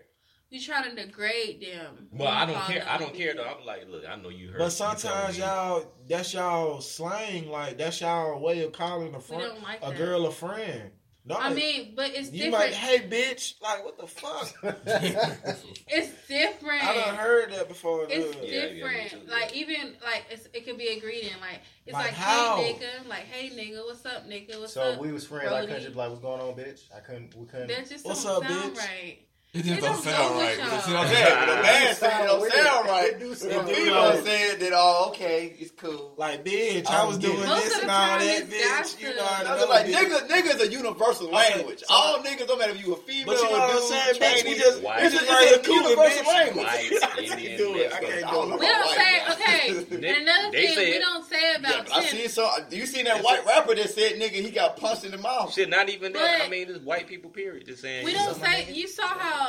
Speaker 5: You try to degrade them.
Speaker 4: Well, I don't
Speaker 5: Call
Speaker 4: care.
Speaker 5: them
Speaker 4: I
Speaker 5: a
Speaker 4: don't care
Speaker 5: bitch.
Speaker 4: though. I'm like, look, I know you hurt.
Speaker 2: But sometimes y'all, that's y'all slang, like that's y'all way of calling a
Speaker 5: We
Speaker 2: friend,
Speaker 5: don't like
Speaker 2: a
Speaker 5: that.
Speaker 2: girl a friend. No,
Speaker 5: I mean, but it's
Speaker 2: you might,
Speaker 5: different.
Speaker 2: hey bitch, like what the fuck?
Speaker 5: it's different.
Speaker 2: I done heard that before.
Speaker 5: It's
Speaker 2: dude.
Speaker 4: yeah, me
Speaker 5: different.
Speaker 4: too,
Speaker 5: like
Speaker 4: yeah.
Speaker 5: even like it's, it could be a greeting. Like it's
Speaker 2: Like
Speaker 5: like,
Speaker 2: how?
Speaker 5: hey nigga, like hey nigga, what's up nigga, what's
Speaker 3: so
Speaker 5: up?
Speaker 3: we was friends. I
Speaker 5: Brody?
Speaker 3: couldn't just be like, what's going on, bitch? I couldn't. We couldn't.
Speaker 5: That just
Speaker 2: What's
Speaker 5: don't
Speaker 2: up,
Speaker 5: sound
Speaker 2: bitch?
Speaker 5: right.
Speaker 6: It
Speaker 5: It
Speaker 6: just don't
Speaker 5: don't go
Speaker 6: sound
Speaker 5: with
Speaker 6: right.
Speaker 5: y'all.
Speaker 6: That's what I'm
Speaker 1: Yeah, but the
Speaker 6: saying.
Speaker 1: man said it don't
Speaker 3: Sound
Speaker 1: sound
Speaker 3: weird.
Speaker 1: right.
Speaker 3: It do
Speaker 1: If
Speaker 3: sound
Speaker 1: the
Speaker 2: weird.
Speaker 1: female said that, oh, okay, it's cool.
Speaker 2: Like bitch,
Speaker 3: I
Speaker 2: I
Speaker 3: don't
Speaker 2: was
Speaker 3: get
Speaker 2: doing
Speaker 3: it.
Speaker 5: Most
Speaker 2: this
Speaker 5: of the
Speaker 2: and all
Speaker 5: time
Speaker 2: that,
Speaker 5: it's
Speaker 2: bitch. You
Speaker 5: gossip.
Speaker 2: know,
Speaker 1: I
Speaker 5: I
Speaker 2: I
Speaker 1: was like, nigga, nigga is a universal
Speaker 2: Okay,
Speaker 1: language.
Speaker 2: so-
Speaker 1: All niggas, don't matter if you a female,
Speaker 2: But you know what I'm saying,
Speaker 1: dude,
Speaker 2: bitch. We
Speaker 1: Chinese,
Speaker 2: just,
Speaker 4: White.
Speaker 2: it's
Speaker 1: It's
Speaker 2: just
Speaker 1: a-
Speaker 2: like a
Speaker 1: it's a universal
Speaker 2: bitch.
Speaker 1: language.
Speaker 2: I
Speaker 4: White,
Speaker 2: can't
Speaker 4: Indian,
Speaker 2: do it. I
Speaker 4: Mexican.
Speaker 2: can't
Speaker 1: I
Speaker 2: do
Speaker 1: don't
Speaker 2: it.
Speaker 1: know
Speaker 5: We don't
Speaker 1: about
Speaker 5: say
Speaker 1: white
Speaker 5: okay.
Speaker 1: guys.
Speaker 5: And another
Speaker 4: They
Speaker 5: thing
Speaker 4: say
Speaker 5: we
Speaker 4: it.
Speaker 5: don't say
Speaker 1: Yeah,
Speaker 5: about
Speaker 1: but I
Speaker 5: Tim.
Speaker 1: seen some. You seen that white rapper that said nigga he got punched in the mouth.
Speaker 4: Shit, not even that.
Speaker 5: But-
Speaker 4: I mean, it's white people. Period. Just saying.
Speaker 5: We
Speaker 4: you
Speaker 5: don't
Speaker 4: know.
Speaker 5: say. You saw how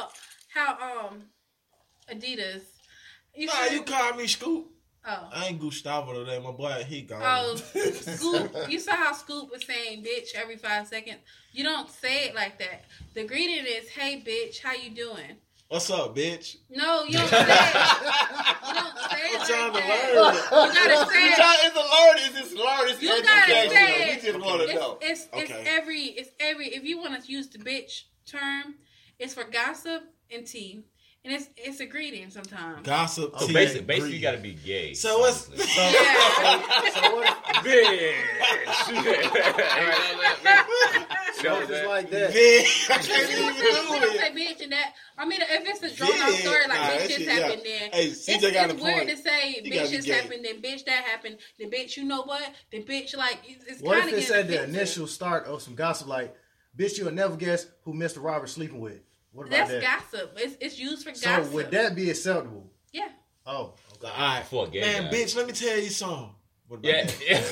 Speaker 5: how um Adidas. You
Speaker 2: Nah,
Speaker 5: should-
Speaker 2: you call me Scoop.
Speaker 5: oh
Speaker 2: I ain't Gustavo today. My boy, he gone.
Speaker 5: oh Scoop. You saw how Scoop was saying bitch every five seconds. You don't say it like that. The greeting is hey bitch, how you doing?
Speaker 2: What's up, bitch?
Speaker 5: No, you don't say. it. You don't say
Speaker 2: I'm
Speaker 5: it like
Speaker 2: trying to
Speaker 5: that.
Speaker 2: learn.
Speaker 5: You gotta say it.
Speaker 1: It's a learn. It's just learn. It's
Speaker 5: You gotta say
Speaker 1: educational.
Speaker 5: it.
Speaker 1: We just want to know.
Speaker 5: It's it's,
Speaker 2: Okay.
Speaker 5: it's every it's every if you want to use the bitch term, it's for gossip and tea, and it's it's a greeting sometimes.
Speaker 2: Gossip.
Speaker 4: So
Speaker 2: tea,
Speaker 4: Oh, basically,
Speaker 2: and
Speaker 4: basically,
Speaker 2: greed.
Speaker 4: you gotta be gay.
Speaker 2: So what's
Speaker 4: honestly.
Speaker 2: so,
Speaker 5: Yeah.
Speaker 3: so what? if-
Speaker 4: bitch?
Speaker 3: What if it's like that?
Speaker 2: Bitch, I
Speaker 5: We don't
Speaker 2: can't even
Speaker 5: say- we
Speaker 2: do
Speaker 5: don't
Speaker 2: it.
Speaker 5: say bitch and that. I mean, if it's a drawn out
Speaker 2: Yeah,
Speaker 5: story like
Speaker 2: nah, that
Speaker 5: bitch
Speaker 2: shit,
Speaker 5: this
Speaker 2: yeah.
Speaker 5: happened, then
Speaker 2: Hey,
Speaker 5: it's,
Speaker 2: CJ got a
Speaker 5: it's weird
Speaker 2: point.
Speaker 5: to say
Speaker 2: You gotta
Speaker 5: bitch
Speaker 2: be
Speaker 5: this
Speaker 2: gay.
Speaker 5: happened, then bitch that happened, then bitch you know what, then bitch like it's, it's
Speaker 3: What
Speaker 5: kind
Speaker 3: if
Speaker 5: of
Speaker 3: it's at the initial start of some gossip? Like, bitch, you'll never guess who Mr. Robert's sleeping with. What about
Speaker 5: That's
Speaker 3: that?
Speaker 5: gossip. It's it's used for
Speaker 3: so
Speaker 5: gossip.
Speaker 3: would that be acceptable?
Speaker 5: yeah.
Speaker 3: Oh, okay.
Speaker 2: All right,
Speaker 4: For a gay
Speaker 2: man,
Speaker 4: guy.
Speaker 2: bitch. Let me tell you something. What about
Speaker 4: Yeah,
Speaker 2: that?
Speaker 4: yeah.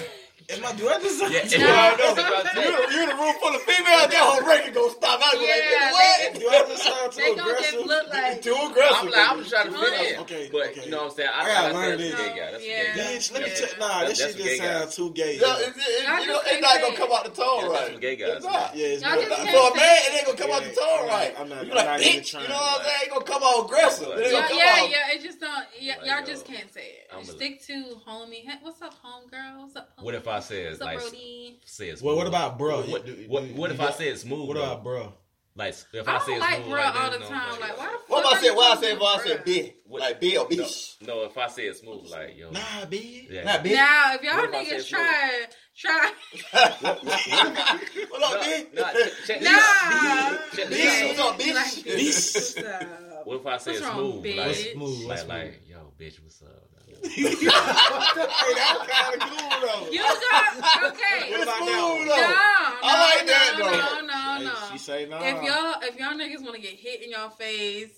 Speaker 2: Am I do I deserve?
Speaker 4: Yeah,
Speaker 2: to-
Speaker 4: yeah.
Speaker 2: Do I
Speaker 4: No.
Speaker 2: deserve-
Speaker 1: You the- you the room full of females. That whole record gonna stop. I was
Speaker 5: Yeah,
Speaker 1: like, nigga,
Speaker 2: Do I deserve
Speaker 5: They
Speaker 2: to
Speaker 5: gonna just
Speaker 2: aggressive?
Speaker 5: look
Speaker 1: what?
Speaker 5: like
Speaker 1: Too aggressive.
Speaker 4: I'm like, I'm trying to fit
Speaker 5: Okay,
Speaker 4: in.
Speaker 2: okay.
Speaker 4: but you know what I'm saying? I,
Speaker 2: I gotta
Speaker 4: I
Speaker 2: learn
Speaker 4: said,
Speaker 2: this.
Speaker 4: That's a gay guy. That's
Speaker 5: Yeah.
Speaker 4: a gay guy.
Speaker 2: Bitch, let me
Speaker 5: Yeah.
Speaker 2: tell. Nah,
Speaker 4: That's
Speaker 2: this shit
Speaker 4: a gay
Speaker 2: just
Speaker 4: guy.
Speaker 2: sounds too gay.
Speaker 1: Yeah, it's, it,
Speaker 5: Y'all
Speaker 1: you know, it's
Speaker 5: just can't
Speaker 1: not
Speaker 5: say
Speaker 1: gonna
Speaker 5: it.
Speaker 1: come out the
Speaker 4: Yeah,
Speaker 1: tone
Speaker 4: that's
Speaker 1: right.
Speaker 4: some gay guy.
Speaker 1: It's not.
Speaker 2: Yeah, it's
Speaker 5: Y'all
Speaker 2: not-
Speaker 5: just
Speaker 1: For
Speaker 5: can't
Speaker 1: a man,
Speaker 5: say
Speaker 1: it ain't gonna come out the tone
Speaker 2: Yeah,
Speaker 1: right.
Speaker 2: I'm not-
Speaker 1: You
Speaker 2: I'm
Speaker 1: like,
Speaker 2: not even
Speaker 1: bitch,
Speaker 2: trying.
Speaker 1: you know what I'm saying? Ain't gonna come out aggressive. It ain't
Speaker 5: Yeah,
Speaker 1: gonna come
Speaker 5: yeah,
Speaker 1: out.
Speaker 5: yeah. It just don't. Yeah,
Speaker 4: Like,
Speaker 5: y'all
Speaker 4: yo,
Speaker 5: just can't say it.
Speaker 4: I'm a-
Speaker 5: Stick to homie. Hey, what's up, homegirl? What's up? Homie?
Speaker 4: What if I said
Speaker 5: What's up,
Speaker 4: like
Speaker 5: Brody?
Speaker 4: says?
Speaker 2: Well, what about bro?
Speaker 4: What,
Speaker 2: You-
Speaker 4: what,
Speaker 2: you-
Speaker 4: what if
Speaker 2: you
Speaker 4: I
Speaker 2: got-
Speaker 4: said smooth?
Speaker 2: What
Speaker 4: though?
Speaker 2: about bro?
Speaker 4: Like if
Speaker 5: I
Speaker 4: I,
Speaker 5: don't
Speaker 4: say it's
Speaker 5: like
Speaker 4: smooth
Speaker 5: bruh
Speaker 4: like this,
Speaker 5: all the
Speaker 4: no,
Speaker 5: time. Like, why the fuck?
Speaker 1: What am I
Speaker 5: are
Speaker 1: saying?
Speaker 5: you
Speaker 1: Why I
Speaker 5: calling
Speaker 1: said?
Speaker 5: me
Speaker 1: Why I
Speaker 5: bruh?
Speaker 1: said? Bitch,
Speaker 4: What-
Speaker 1: like Bill,
Speaker 4: no,
Speaker 1: bitch.
Speaker 4: no, if I say it's smooth, like yo,
Speaker 2: Nah, bitch.
Speaker 4: yeah.
Speaker 1: Not bitch.
Speaker 5: Now, if y'all
Speaker 4: What if I said
Speaker 5: niggas
Speaker 4: smooth?
Speaker 5: try, try.
Speaker 1: What up,
Speaker 4: Nah,
Speaker 1: bitch?
Speaker 4: nah, check, check this
Speaker 5: Nah.
Speaker 4: out. Check this
Speaker 1: Bitch,
Speaker 4: out.
Speaker 1: what's up, bitch?
Speaker 5: Like,
Speaker 2: Bitch.
Speaker 5: what's up?
Speaker 4: What if I say
Speaker 5: What's
Speaker 4: it's
Speaker 5: wrong,
Speaker 4: smooth?
Speaker 5: bitch?
Speaker 4: Like,
Speaker 5: What's
Speaker 2: smooth?
Speaker 4: Like,
Speaker 2: What's
Speaker 4: like, yo, bitch, what's up?
Speaker 1: Hey, that's kind of cool though.
Speaker 5: You got okay.
Speaker 1: It's
Speaker 2: What about that
Speaker 1: cool
Speaker 2: one?
Speaker 5: No, no,
Speaker 1: though. like that,
Speaker 5: no,
Speaker 1: though.
Speaker 5: no, no,
Speaker 2: She
Speaker 5: no.
Speaker 2: say nah.
Speaker 5: If y'all, if y'all niggas want to get hit in your face,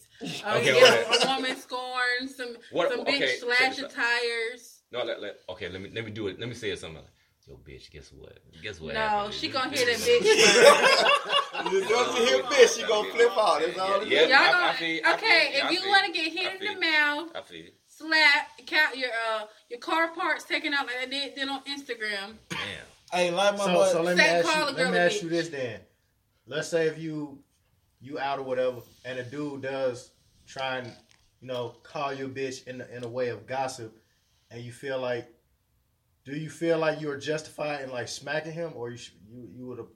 Speaker 5: uh,
Speaker 4: Okay,
Speaker 5: get
Speaker 4: okay.
Speaker 5: a woman scorn, some
Speaker 4: What-
Speaker 5: some
Speaker 4: okay,
Speaker 5: bitch slash
Speaker 4: check this
Speaker 5: your
Speaker 4: out.
Speaker 5: tires.
Speaker 4: No, let, let, okay, let me let me do it. Let me say it something. Like, yo, bitch, guess what? Guess what?
Speaker 5: No,
Speaker 4: happened?
Speaker 5: she
Speaker 4: This-
Speaker 5: gonna
Speaker 4: this
Speaker 5: hear that
Speaker 4: is-
Speaker 5: bitch. first.
Speaker 1: You just to hear bitch, she gonna flip out. That's all it is.
Speaker 4: Yeah,
Speaker 5: Y'all
Speaker 4: I-
Speaker 5: gonna,
Speaker 4: I feel- I
Speaker 5: okay,
Speaker 4: feel- I
Speaker 5: if you
Speaker 4: feel-
Speaker 5: want to get
Speaker 4: I
Speaker 5: hit in
Speaker 4: feel.
Speaker 5: the mouth,
Speaker 4: I feel it.
Speaker 5: slap, count your uh your car parts taken out like I did did on Instagram.
Speaker 4: Damn.
Speaker 2: hey, like my
Speaker 3: So,
Speaker 2: butt.
Speaker 3: so let me
Speaker 5: Say
Speaker 3: ask
Speaker 5: call
Speaker 3: you,
Speaker 5: a
Speaker 3: let
Speaker 5: girl
Speaker 3: me
Speaker 5: a
Speaker 3: ask you
Speaker 5: bitch.
Speaker 3: this then. Let's say if you you out or whatever, and a dude does try and you know call you a bitch in the, in a way of gossip, and you feel like, do you feel like you're justified in like smacking him, or you sh- you you would have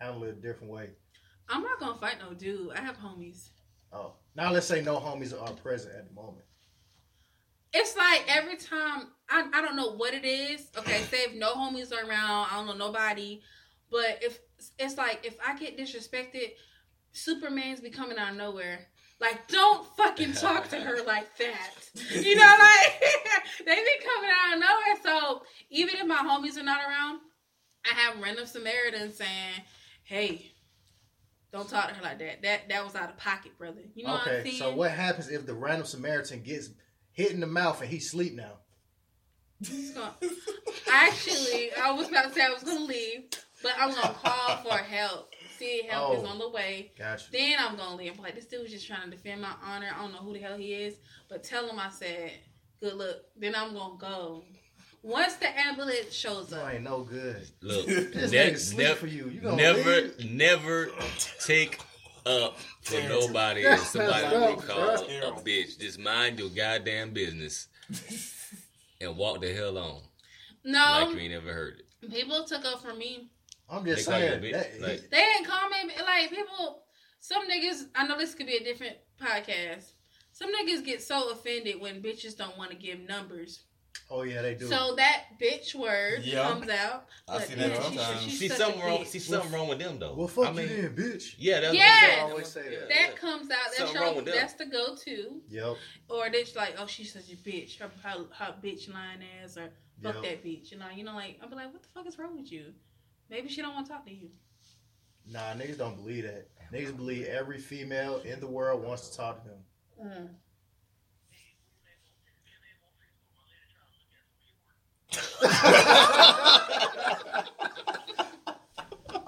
Speaker 3: handled it a different way?
Speaker 5: I'm not gonna fight no dude. I have homies.
Speaker 3: Oh, now let's say no homies are present at the moment.
Speaker 5: It's like every time I, I don't know what it is. Okay, say if no homies are around, I don't know nobody. But if it's like if I get disrespected, Superman's be coming out of nowhere. Like, don't fucking talk to her like that. You know, like they be coming out of nowhere. So even if my homies are not around, I have random Samaritans saying, Hey, don't talk to her like that. That that was out of pocket, brother. You know what I'm
Speaker 3: okay,
Speaker 5: saying?
Speaker 3: so what happens if the random Samaritan gets hit in the mouth and he sleep now?
Speaker 5: It's gonna- Actually, I was about to say I was gonna leave, but I'm gonna call for help. See, help is
Speaker 3: Oh.
Speaker 5: on the way.
Speaker 3: Gotcha.
Speaker 5: Then I'm gonna leave. Like this dude was just trying to defend my honor. I don't know who the hell he is, but tell him I said good luck. Then I'm gonna go. Once the ambulance shows
Speaker 3: No,
Speaker 5: up,
Speaker 3: ain't no good.
Speaker 4: Look,
Speaker 3: This
Speaker 4: ne-
Speaker 3: nigga sleep
Speaker 4: ne-
Speaker 3: for you. You gonna
Speaker 4: never,
Speaker 3: leave?
Speaker 4: never take up for
Speaker 2: Terrible.
Speaker 4: nobody if somebody
Speaker 3: Terrible.
Speaker 4: you call a
Speaker 2: Terrible.
Speaker 4: bitch. Just mind your goddamn business and walk the hell on
Speaker 5: no,
Speaker 4: like you ain't never heard it.
Speaker 5: people took up for me.
Speaker 3: I'm just
Speaker 4: They call you a
Speaker 3: saying.
Speaker 4: bitch,
Speaker 3: that-
Speaker 4: like-
Speaker 5: They didn't call me like people. Some niggas. I know this could be a different podcast. Some niggas get so offended when bitches don't want to give numbers.
Speaker 3: oh yeah, they do.
Speaker 5: So that bitch word
Speaker 2: Yeah.
Speaker 5: comes out.
Speaker 1: I
Speaker 5: but
Speaker 1: see that
Speaker 5: yeah, she-
Speaker 1: sometimes.
Speaker 5: she-
Speaker 4: Um, See
Speaker 5: such
Speaker 4: something
Speaker 5: a
Speaker 4: wrong.
Speaker 5: bitch.
Speaker 4: See something wrong with them though.
Speaker 3: well, fuck
Speaker 4: I mean,
Speaker 3: you then, bitch.
Speaker 4: yeah, that's
Speaker 5: Yes.
Speaker 3: They always say that.
Speaker 5: That comes out. That's
Speaker 4: Something
Speaker 5: your,
Speaker 4: wrong with them.
Speaker 5: that's the go-to,
Speaker 3: Yep.
Speaker 5: or it's like, oh, she's such a bitch. Her, her, her bitch lying ass, or fuck
Speaker 3: Yep.
Speaker 5: that bitch. You know, you know, like I'll be like, what the fuck is wrong with you? Maybe she don't want to talk to you.
Speaker 3: Nah, niggas don't believe that. Niggas believe every female in the world wants to talk to them.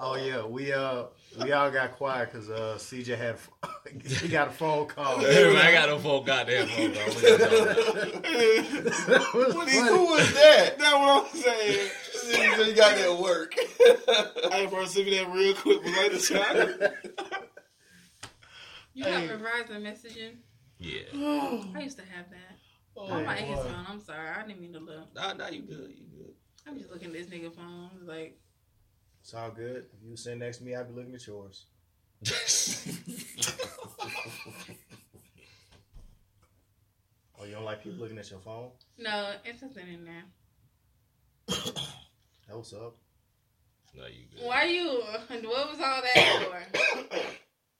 Speaker 3: Oh yeah, we uh we all got quiet because uh CJ had he got a phone call.
Speaker 4: Everybody got no phone goddamn phone. Bro. What y'all talking about?
Speaker 3: That was
Speaker 1: What is,
Speaker 3: funny.
Speaker 1: who is that?
Speaker 2: That's what I'm saying.
Speaker 1: So you got that work.
Speaker 2: Hey, bro, send me that real quick below the shot.
Speaker 5: You got
Speaker 2: Hey.
Speaker 5: Verizon messaging.
Speaker 4: Yeah.
Speaker 5: I used to have that.
Speaker 2: Oh,
Speaker 5: on my
Speaker 2: boy.
Speaker 5: his phone. I'm sorry, I didn't mean to look.
Speaker 4: Nah, nah, you good. You good.
Speaker 5: I'm just looking at this nigga phone. I was like,
Speaker 3: It's all good. If you sit next to me, I'd be looking at yours. Oh, you don't like people looking at your phone?
Speaker 5: no, it's nothing in there.
Speaker 3: That what's up.
Speaker 4: nah, you good.
Speaker 5: Why you? What was all that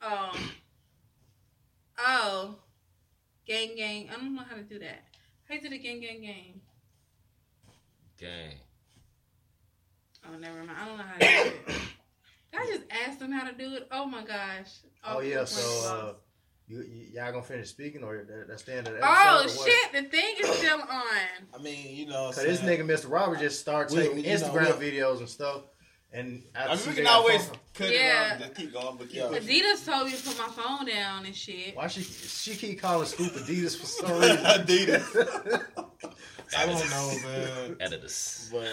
Speaker 5: for? um. Oh. Gang, gang. I don't know how to do that. How you do the gang, gang, gang?
Speaker 4: Gang.
Speaker 5: Oh, never mind. I don't know how to do it. Did I just asked them how to do it. Oh my gosh.
Speaker 3: Oh yeah,
Speaker 5: my
Speaker 3: so
Speaker 5: gosh.
Speaker 3: uh, you, you y'all gonna finish speaking or that, that's the end of the
Speaker 5: oh
Speaker 3: episode or what?
Speaker 5: shit, the thing is still on.
Speaker 2: I mean, you know, what
Speaker 3: Cause
Speaker 2: I'm
Speaker 3: this
Speaker 2: saying?
Speaker 3: nigga Mr. Robert just started
Speaker 2: We-
Speaker 3: taking
Speaker 2: you know,
Speaker 3: Instagram
Speaker 2: we-
Speaker 3: videos and stuff, and
Speaker 1: I mean,
Speaker 3: see
Speaker 1: we
Speaker 3: they
Speaker 1: can
Speaker 3: got
Speaker 1: always
Speaker 3: phone-
Speaker 1: cut
Speaker 5: Yeah.
Speaker 1: it around, just keep going, but keep
Speaker 2: Yeah.
Speaker 1: pushing.
Speaker 5: Adidas told me to put my phone down and shit.
Speaker 3: Why she she keep calling Scoop Adidas for some reason?
Speaker 1: Adidas.
Speaker 2: I don't know, man.
Speaker 4: Editors.
Speaker 2: But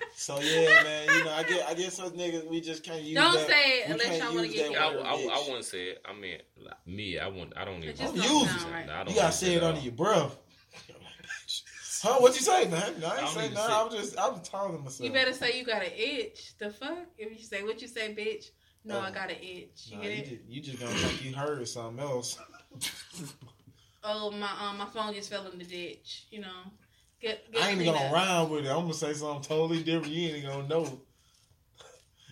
Speaker 2: so yeah, man. You know, I get, I guess us niggas, we just can't use.
Speaker 5: Don't
Speaker 2: that.
Speaker 5: say it
Speaker 2: we
Speaker 5: unless
Speaker 2: can't
Speaker 5: y'all wanna
Speaker 2: use that
Speaker 5: get
Speaker 4: Yeah, I,
Speaker 2: word,
Speaker 4: I, I
Speaker 2: bitch.
Speaker 4: wouldn't say it. I mean, like, me, I wouldn't. I don't even.
Speaker 5: It just
Speaker 2: don't
Speaker 4: use
Speaker 2: sound
Speaker 4: it.
Speaker 5: right.
Speaker 4: Nah, I don't
Speaker 2: You gotta
Speaker 4: use
Speaker 2: say it
Speaker 4: at
Speaker 2: under
Speaker 4: all.
Speaker 2: your breath. Huh? What you say, man? No, I
Speaker 4: I
Speaker 2: ain't
Speaker 4: don't
Speaker 2: say
Speaker 4: even
Speaker 2: no.
Speaker 4: say-
Speaker 2: I'm just, I'm telling myself.
Speaker 5: You better say you got an itch. The fuck? If you say what you say, bitch, No, I
Speaker 2: Oh.
Speaker 5: got an itch. You
Speaker 2: Nah,
Speaker 5: get
Speaker 2: you,
Speaker 5: it?
Speaker 2: just, you just gonna think you heard something else.
Speaker 5: Oh my, um, my phone just fell in the ditch. You know, get. get
Speaker 2: I ain't even
Speaker 5: cleaned
Speaker 2: gonna
Speaker 5: up.
Speaker 2: rhyme with it. I'm gonna say something totally different. You ain't even gonna know.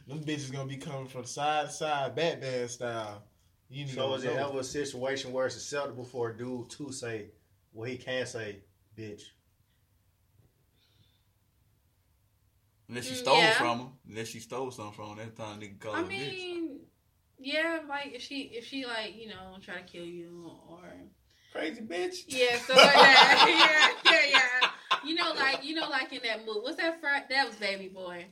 Speaker 2: Them bitches gonna be coming from side to side, Batman style. You ain't even
Speaker 3: So
Speaker 2: gonna
Speaker 3: is it
Speaker 2: know.
Speaker 3: ever a situation where it's acceptable for a dude to say well he can say, bitch?
Speaker 1: Unless she
Speaker 5: Mm,
Speaker 1: stole
Speaker 5: yeah.
Speaker 1: from him. Unless she stole something from him. That's the time nigga called
Speaker 5: I
Speaker 1: her a bitch.
Speaker 5: mean, yeah, like if she if she like you know try to kill you or
Speaker 1: Crazy bitch.
Speaker 5: yeah stuff like that. yeah, yeah, yeah. You know, like you know, like in that movie, what's that? Fr- that was Baby Boy.